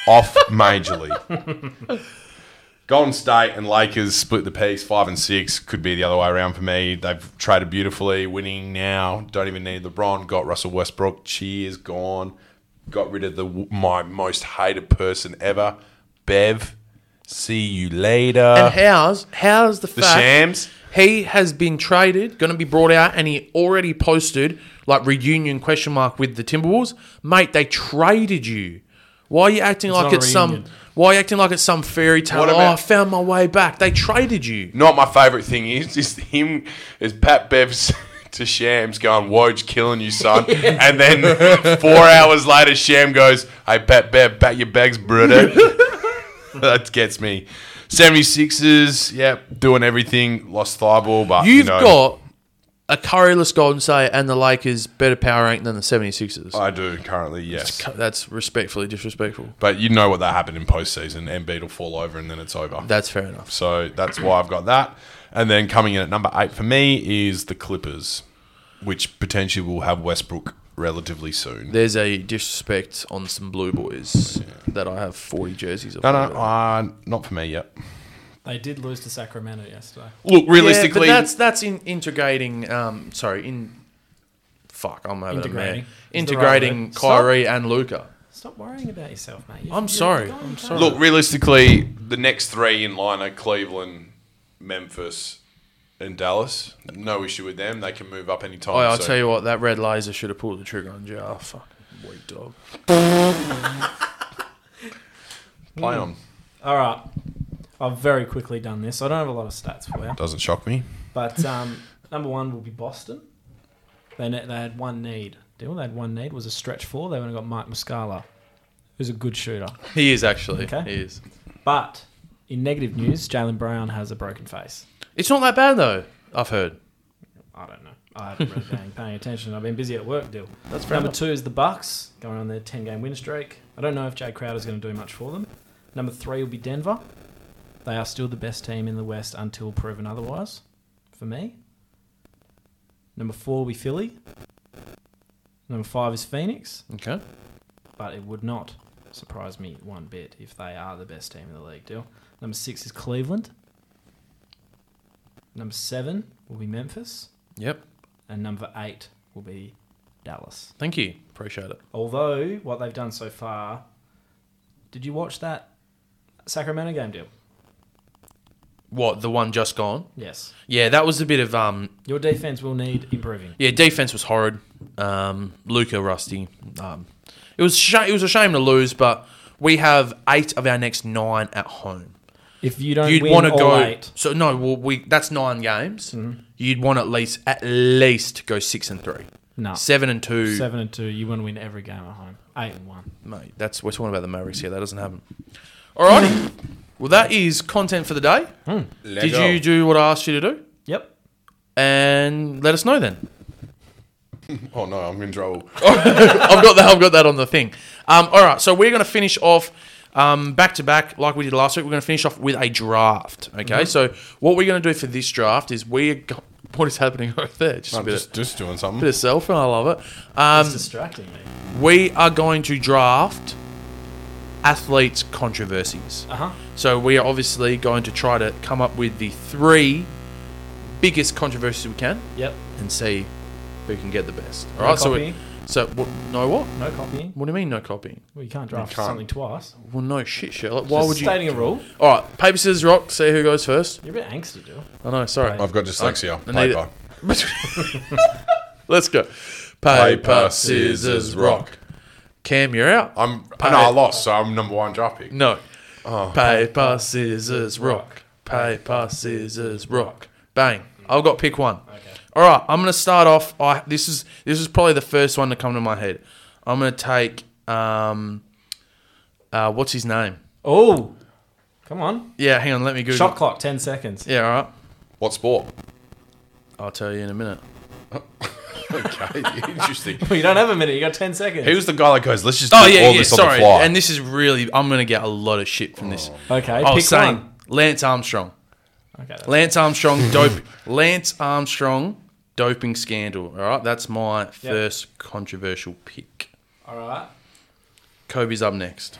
Speaker 3: off majorly. Golden State and Lakers split the piece, five and six. Could be the other way around for me. They've traded beautifully, winning now. Don't even need LeBron. Got Russell Westbrook. Cheers, gone. Got rid of the my most hated person ever, Bev. See you
Speaker 1: and
Speaker 3: later.
Speaker 1: how's how's the,
Speaker 3: Uh, The
Speaker 1: fact
Speaker 3: Shams.
Speaker 1: He has been traded, going to be brought out, and he already posted like reunion question mark with the Timberwolves. Mate, they traded you. Why are you acting like
Speaker 2: not a
Speaker 1: it's some?
Speaker 2: reunion.
Speaker 1: Why are you acting like it's some fairy tale?
Speaker 3: What
Speaker 1: oh,
Speaker 3: about-
Speaker 1: I found my way back. They traded you.
Speaker 3: Not my favourite thing is is him is Pat Bev's to Shams going, Woj killing you, son. And then four hours later Sham goes, Hey Pat Bev, bat your bags, brother. that gets me. 76ers, yep, doing everything, lost thigh ball, but
Speaker 1: You've
Speaker 3: you know,
Speaker 1: got a curryless Golden State and the Lakers better power rank than the 76ers.
Speaker 3: I do currently, yes.
Speaker 1: That's respectfully disrespectful.
Speaker 3: But you know what that happened in postseason. Embiid will fall over and then it's over.
Speaker 1: That's fair enough.
Speaker 3: so that's why I've got that. And then coming in at number eight for me is the Clippers, which potentially will have Westbrook relatively soon.
Speaker 1: There's a disrespect on some blue boys that I have 40 jerseys of.
Speaker 3: No, no, uh, not for me yet.
Speaker 2: They did lose to Sacramento yesterday.
Speaker 3: Look,
Speaker 1: Realistically,
Speaker 3: realistically,
Speaker 1: that's that's in integrating. Um, sorry, in fuck, I'm over
Speaker 2: Integrating.
Speaker 1: integrating.
Speaker 2: Is the
Speaker 1: Integrating
Speaker 2: right word.
Speaker 1: Kyrie and Luca.
Speaker 2: Stop worrying about yourself, mate. You-
Speaker 1: I'm
Speaker 2: you're
Speaker 1: sorry.
Speaker 2: going
Speaker 1: I'm
Speaker 2: down.
Speaker 1: sorry.
Speaker 3: look, realistically, the next three in line are Cleveland, Memphis, and Dallas. No issue with them; they can move up any time.
Speaker 1: Oh, I'll
Speaker 3: so-
Speaker 1: tell you what, that red laser should have pulled the trigger on JR. Oh, Fucking weak dog.
Speaker 3: play on.
Speaker 2: All right. I've very quickly done this. I don't have a lot of stats for you.
Speaker 3: Doesn't shock me.
Speaker 2: But um, number one will be Boston. They, ne- they had one need. Deal. They had one need was a stretch four. They only got Mike Muscala, who's a good shooter.
Speaker 1: He is actually.
Speaker 2: Okay.
Speaker 1: He is.
Speaker 2: But in negative news, Jalen Brown has a broken face.
Speaker 1: It's not that bad though. I've heard.
Speaker 2: I don't know. I haven't really been paying attention. I've been busy at work. Deal.
Speaker 1: That's
Speaker 2: Number two is the Bucks going on their ten game win streak. I don't know if Jay Crowder's going to do much for them. Number three will be Denver. They are still the best team in the West until proven otherwise, for me. Number four will be Philly. Number five is Phoenix,
Speaker 1: Okay.
Speaker 2: but it would not surprise me one bit if they are the best team in the league. Deal. Number six is Cleveland. Number seven will be Memphis,
Speaker 1: Yep.
Speaker 2: and number eight will be Dallas.
Speaker 1: Thank you. Appreciate it.
Speaker 2: Although what they've done so far, did you watch that Sacramento game deal?
Speaker 1: What the one just gone?
Speaker 2: Yes.
Speaker 1: Yeah, that was a bit of um.
Speaker 2: Your defense will need improving.
Speaker 1: Yeah, defense was horrid. Um, Luca rusty. Um, it was sh- it was a shame to lose, but we have eight of our next nine at home.
Speaker 2: If you don't
Speaker 1: You'd
Speaker 2: win
Speaker 1: want to
Speaker 2: all
Speaker 1: go.
Speaker 2: eight, Mm-hmm.
Speaker 1: So no, well, we that's nine games. You'd want at least at least go six and three,
Speaker 2: no.
Speaker 1: seven and two.
Speaker 2: Ah. Seven and two, you want to win every game at home. Eight and one.
Speaker 1: Mate, that's we're talking about the Mavericks here. That doesn't happen. All right. well, that is content for the day. Did you do what I asked you to do?
Speaker 2: Yep.
Speaker 1: And let us know then.
Speaker 3: Oh no, I'm in trouble.
Speaker 1: I've got that. I've got that on the thing. Um, all right, so we're going to finish off um, back to back like we did last week. We're going to finish off with a draft. Okay,
Speaker 2: Mm-hmm.
Speaker 1: so what we're going to do for this draft is we're. Go- what is happening over there? Just a
Speaker 3: I'm
Speaker 1: bit,
Speaker 3: just,
Speaker 1: of,
Speaker 3: just doing
Speaker 1: bit
Speaker 3: something.
Speaker 1: of cell phone. I love it.
Speaker 2: It's
Speaker 1: Um,
Speaker 2: distracting me.
Speaker 1: we are going to draft athletes' controversies.
Speaker 2: Uh huh.
Speaker 1: So we are obviously going to try to come up with the three biggest controversies we can
Speaker 2: Yep.
Speaker 1: and see who can get the best. All
Speaker 2: No
Speaker 1: right, so we,
Speaker 2: copying.
Speaker 1: so what, no what?
Speaker 2: No copying.
Speaker 1: What do you mean no copying?
Speaker 2: Well, you can't draft
Speaker 3: can't.
Speaker 2: something twice.
Speaker 1: Well, no shit, Sherlock. Why
Speaker 2: Just
Speaker 1: would you?
Speaker 2: Stating a rule.
Speaker 1: All right, paper, scissors, rock. See who goes first.
Speaker 2: You're a bit angsty, deal.
Speaker 1: I know. Sorry.
Speaker 3: I've got dyslexia.
Speaker 1: I need it.
Speaker 3: Paper.
Speaker 1: Let's go. Paper, scissors, rock. Cam, you're out.
Speaker 3: I'm. No, I lost, so I'm number one draft pick.
Speaker 1: No.
Speaker 3: Oh.
Speaker 1: Paper, scissors, rock. Paper, scissors, rock. Bang. I've got pick one.
Speaker 2: Okay.
Speaker 1: All right, I'm gonna start off. I this is this is probably the first one to come to my head. I'm gonna take um, uh, what's his name?
Speaker 2: Oh. Come on.
Speaker 1: Yeah, hang on, let me Google.
Speaker 2: Shot clock, ten seconds.
Speaker 1: Yeah, all right.
Speaker 3: What sport?
Speaker 1: I'll tell you in a minute.
Speaker 3: Okay, interesting.
Speaker 2: Well, you don't have a minute, you got ten seconds.
Speaker 3: Who's the guy that goes? Let's just do
Speaker 1: Oh yeah,
Speaker 3: all
Speaker 1: yeah.
Speaker 3: this on
Speaker 1: Sorry,
Speaker 3: the fly.
Speaker 1: and this is really. I'm gonna get a lot of shit from this.
Speaker 2: Okay,
Speaker 1: I was
Speaker 2: pick
Speaker 1: saying
Speaker 2: one.
Speaker 1: Lance Armstrong.
Speaker 2: Okay, that's
Speaker 1: Lance Armstrong dope. Lance Armstrong doping scandal. All right, that's my first controversial pick.
Speaker 2: all right.
Speaker 1: Kobe's up next.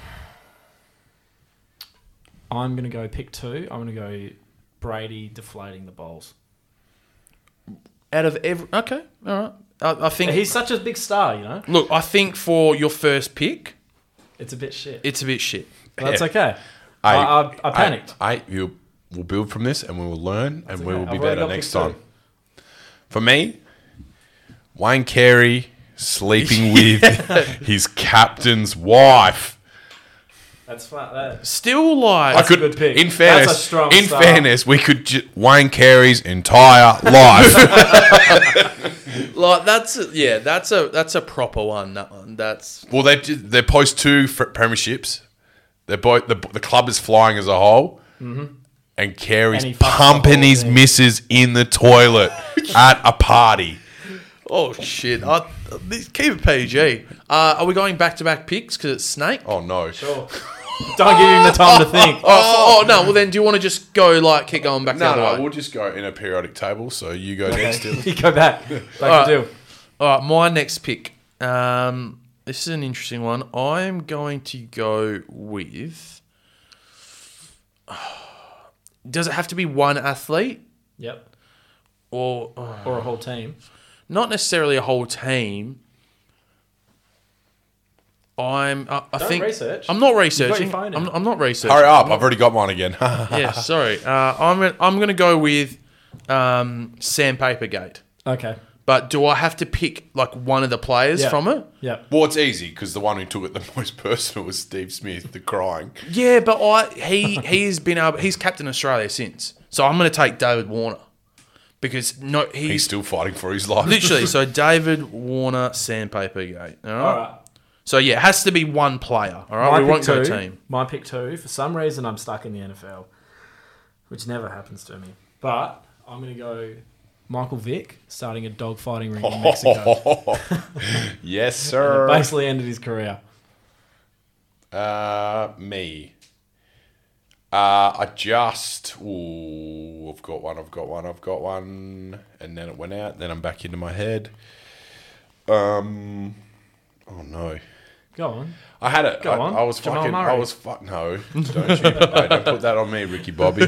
Speaker 2: I'm gonna go pick two. I'm gonna go Brady deflating the bowls.
Speaker 1: Out of every, okay, all right. I, I think
Speaker 2: He's such a big star, you know.
Speaker 1: Look, I think for your first pick,
Speaker 2: It's a bit shit.
Speaker 1: it's a bit shit.
Speaker 2: But that's
Speaker 3: Yeah.
Speaker 2: okay. I,
Speaker 3: Hey,
Speaker 2: I, I panicked.
Speaker 3: I, I you will build from this, and we will learn, and we
Speaker 2: okay.
Speaker 3: will be
Speaker 2: I've already
Speaker 3: better
Speaker 2: got
Speaker 3: next
Speaker 2: pick
Speaker 3: time.
Speaker 2: two.
Speaker 3: For me, Wayne Carey sleeping with his captain's wife.
Speaker 2: that's fine. That,
Speaker 1: Still like
Speaker 3: I could,
Speaker 2: good pick.
Speaker 3: in
Speaker 2: That's a
Speaker 3: fairness,
Speaker 2: strong
Speaker 3: in
Speaker 2: start.
Speaker 3: fairness, we could ju- Wayne Carey's entire life.
Speaker 1: like that's a, yeah, that's a that's a proper one. That one. That's
Speaker 3: well, they did- they post two fr- premierships. They're both the, the club is flying as a whole, and
Speaker 2: Mm-hmm. And
Speaker 3: Carey's
Speaker 2: he fucks the
Speaker 3: pumping
Speaker 2: whole
Speaker 3: his
Speaker 2: thing.
Speaker 3: missus in the toilet at a party.
Speaker 1: oh shit. I, this- keep it PG. Uh, are we going back to back picks because it's snake? Oh.
Speaker 3: Oh no!
Speaker 2: sure. Don't give him the time to think.
Speaker 1: oh, no. Well then, do you want to just go like keep going back?
Speaker 3: No,
Speaker 1: the
Speaker 3: no,
Speaker 1: other way?
Speaker 3: we'll just go in a periodic table. So you go next.
Speaker 2: you go back. Back
Speaker 1: All
Speaker 2: to do.
Speaker 1: All right, my next pick. Um, this is an interesting one. I'm going to go with. Does it have to be one athlete
Speaker 2: Yep.
Speaker 1: or oh,
Speaker 2: Or a whole team.
Speaker 1: not necessarily a whole team? I'm. I, I
Speaker 2: Don't
Speaker 1: think
Speaker 2: research.
Speaker 1: I'm not researching.
Speaker 2: phone
Speaker 1: I'm,
Speaker 2: out.
Speaker 1: I'm not researching.
Speaker 3: Hurry up! I've already got mine again.
Speaker 1: yeah, sorry. Uh, I'm gonna, I'm going to go with um, Sandpaper Gate.
Speaker 2: Okay.
Speaker 1: But do I have to pick like one of the players
Speaker 2: Yeah.
Speaker 1: from it?
Speaker 2: Yep.
Speaker 3: well, it's easy because the one who took it the most personal was Steve Smith, the crying.
Speaker 1: Yeah, but I he he has been able he's captain Australia since. So I'm going to take David Warner because no
Speaker 3: He's
Speaker 1: he's,
Speaker 3: still fighting for his life.
Speaker 1: literally so David Warner Sandpaper Gate. All right?
Speaker 2: All right.
Speaker 1: So yeah, it has to be one player. All right, Oh, we won't go team.
Speaker 2: My pick two. For some reason, I'm stuck in the NFL, which never happens to me. But I'm going to go Michael Vick starting a dogfighting ring in Mexico.
Speaker 3: yes, sir.
Speaker 2: Basically ended his career.
Speaker 3: Uh, me. Uh, I just. Ooh, I've got one. I've got one. I've got one. And then it went out. Then I'm back into my head. Um. Oh no.
Speaker 2: Go on.
Speaker 3: I had it.
Speaker 2: Go
Speaker 3: I,
Speaker 2: on,
Speaker 3: I was
Speaker 2: Jamal
Speaker 3: fucking. I
Speaker 2: Murray.
Speaker 3: was fuck. No, don't you? no, don't put that on me, Ricky Bobby.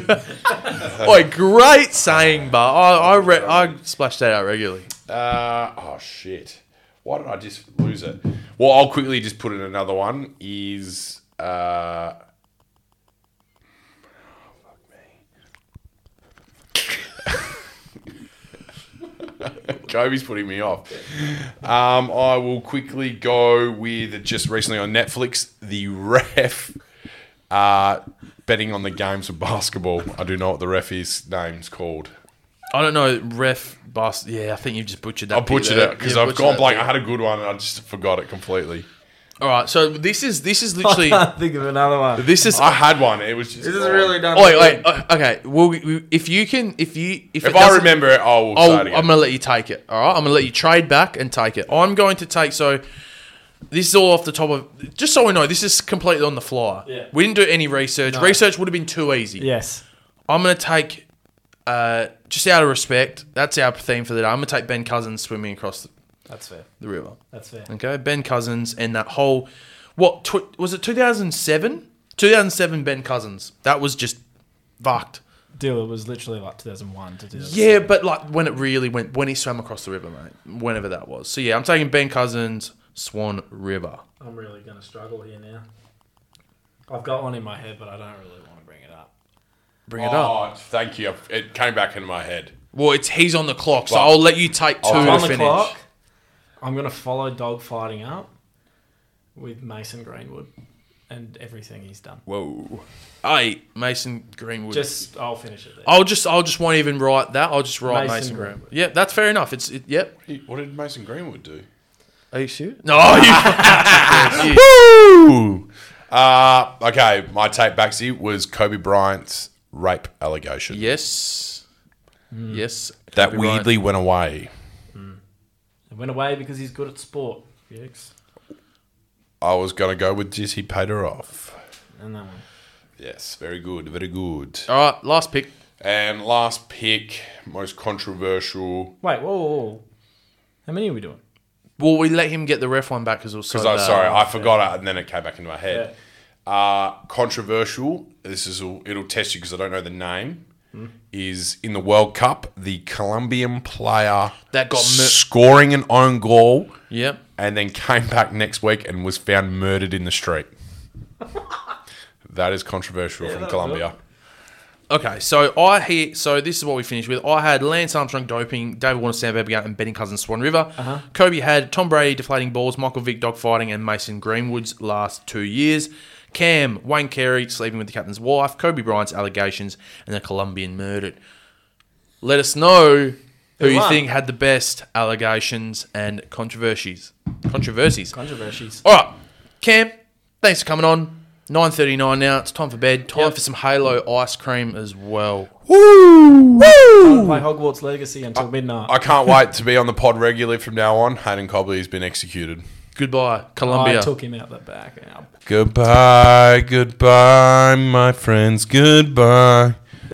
Speaker 1: Oi, great saying, but I I, re- I splash that out regularly.
Speaker 3: Uh, oh shit! Why did I just lose it? Well, I'll quickly just put in another one. Is uh, fuck me. Kobe's putting me off. Um, I will quickly go with just recently on Netflix the ref. Uh, betting on the games of basketball. I do know what the ref's name's called.
Speaker 1: I don't know ref boss. Yeah, I think you just butchered that.
Speaker 3: I
Speaker 1: bit
Speaker 3: butchered
Speaker 1: there.
Speaker 3: it because
Speaker 1: Yeah,
Speaker 3: I've
Speaker 1: butchered
Speaker 3: gone
Speaker 1: that
Speaker 3: blank.
Speaker 1: bit.
Speaker 3: I had a good one and I just forgot it completely.
Speaker 1: All right, so this is this is
Speaker 2: I
Speaker 1: literally
Speaker 2: can't think of another one.
Speaker 1: this is
Speaker 3: I had one. It was just. This
Speaker 2: dumb.
Speaker 1: Wait, wait, uh, okay. Well, we- if you can, if you, if,
Speaker 3: If
Speaker 1: it
Speaker 3: I
Speaker 1: doesn't-
Speaker 3: remember it, I will
Speaker 1: I'll,
Speaker 3: say it again.
Speaker 1: Oh, I'm gonna let you take it. All right, I'm gonna let you trade back and take it. I'm going to take so. This is all off the top of. Just so we know, this is completely on the fly.
Speaker 2: Yeah.
Speaker 1: We didn't do any research. Research would have been too easy.
Speaker 2: Yes.
Speaker 1: I'm gonna take, uh, just out of respect. That's our theme for the day. I'm gonna take Ben Cousins swimming across the,
Speaker 2: That's fair.
Speaker 1: the river.
Speaker 2: That's fair.
Speaker 1: Okay, Ben Cousins and that whole, what tw- was it? 2007. 2007. Ben Cousins. That was just fucked.
Speaker 2: Deal was literally like 2001 to 2000.
Speaker 1: Yeah, but like when it really went, when he swam across the river, mate, whenever that was. So yeah, I'm taking Ben Cousins, Swan River.
Speaker 2: I'm really going to struggle here now. I've got one in my head, but I don't really want to bring it up.
Speaker 1: Bring it up.
Speaker 3: Oh, thank you. It came back into my head.
Speaker 1: Well, it's he's on the clock, so
Speaker 3: Well,
Speaker 1: I'll let you take two
Speaker 3: I'm
Speaker 1: to
Speaker 2: on the
Speaker 1: finish.
Speaker 2: clock. I'm going to follow dog fighting up with Mason Greenwood and everything he's done.
Speaker 1: Whoa, hey Mason Greenwood.
Speaker 2: Just I'll finish it there.
Speaker 1: I'll just I'll just won't even write that. I'll just write
Speaker 2: Mason
Speaker 1: Mason, Greenwood.
Speaker 2: Greenwood.
Speaker 1: Yeah, that's fair enough. It's it, yep.
Speaker 3: He- What did Mason Greenwood do?
Speaker 1: Are you sure? No, you.
Speaker 3: Woo! Uh, okay, my take backsy was Kobe Bryant's rape allegation.
Speaker 1: yes, yes.
Speaker 3: that
Speaker 1: Kobe Bryant.
Speaker 3: weirdly went away.
Speaker 2: It went away because he's good at sport. Yes.
Speaker 3: I was going to go with just he paid her off.
Speaker 2: And that one.
Speaker 3: Yes, very good, very good.
Speaker 1: All right, last pick.
Speaker 3: And last pick, most controversial.
Speaker 2: Wait, whoa, whoa, whoa. How many are we doing?
Speaker 1: Well, we let him get the ref one back because it was so.
Speaker 3: Because I'm
Speaker 1: bad.
Speaker 3: sorry, I forgot it, and then it came back into my head. Uh, controversial. This is all- it'll test you because I don't know the name.
Speaker 1: Hmm.
Speaker 3: Is in the World Cup the Colombian player
Speaker 1: That got mur-
Speaker 3: scoring an own goal
Speaker 1: Yep.
Speaker 3: and then came back next week and was found murdered in the street. that is controversial from
Speaker 2: that'll
Speaker 3: Colombia.
Speaker 1: Okay, so I hear. So this is what we finished with. I had Lance Armstrong doping, David Warner, Sam Babergate, and Benny Cousins, Swan River.
Speaker 2: Uh-huh.
Speaker 1: Kobe had Tom Brady deflating balls, Michael Vick dogfighting, and Mason Greenwood's last two years. Cam, Wayne Carey sleeping with the captain's wife, Kobe Bryant's allegations, and the Colombian murdered. Let us know who
Speaker 2: Who
Speaker 1: you
Speaker 2: won?
Speaker 1: think had the best allegations and controversies. Controversies.
Speaker 2: Controversies.
Speaker 1: All right, Cam, thanks for coming on. 9.39 now. It's time for bed. Time
Speaker 2: Yep.
Speaker 1: for some Halo ice cream as well.
Speaker 3: Woo! Woo!
Speaker 2: Play Hogwarts Legacy until midnight.
Speaker 3: I can't wait to be on the pod regularly from now on. Hayden Cobley has been executed.
Speaker 1: Goodbye,
Speaker 2: I
Speaker 1: Colombia.
Speaker 2: took him out the back.
Speaker 3: Goodbye, goodbye, my friends, goodbye.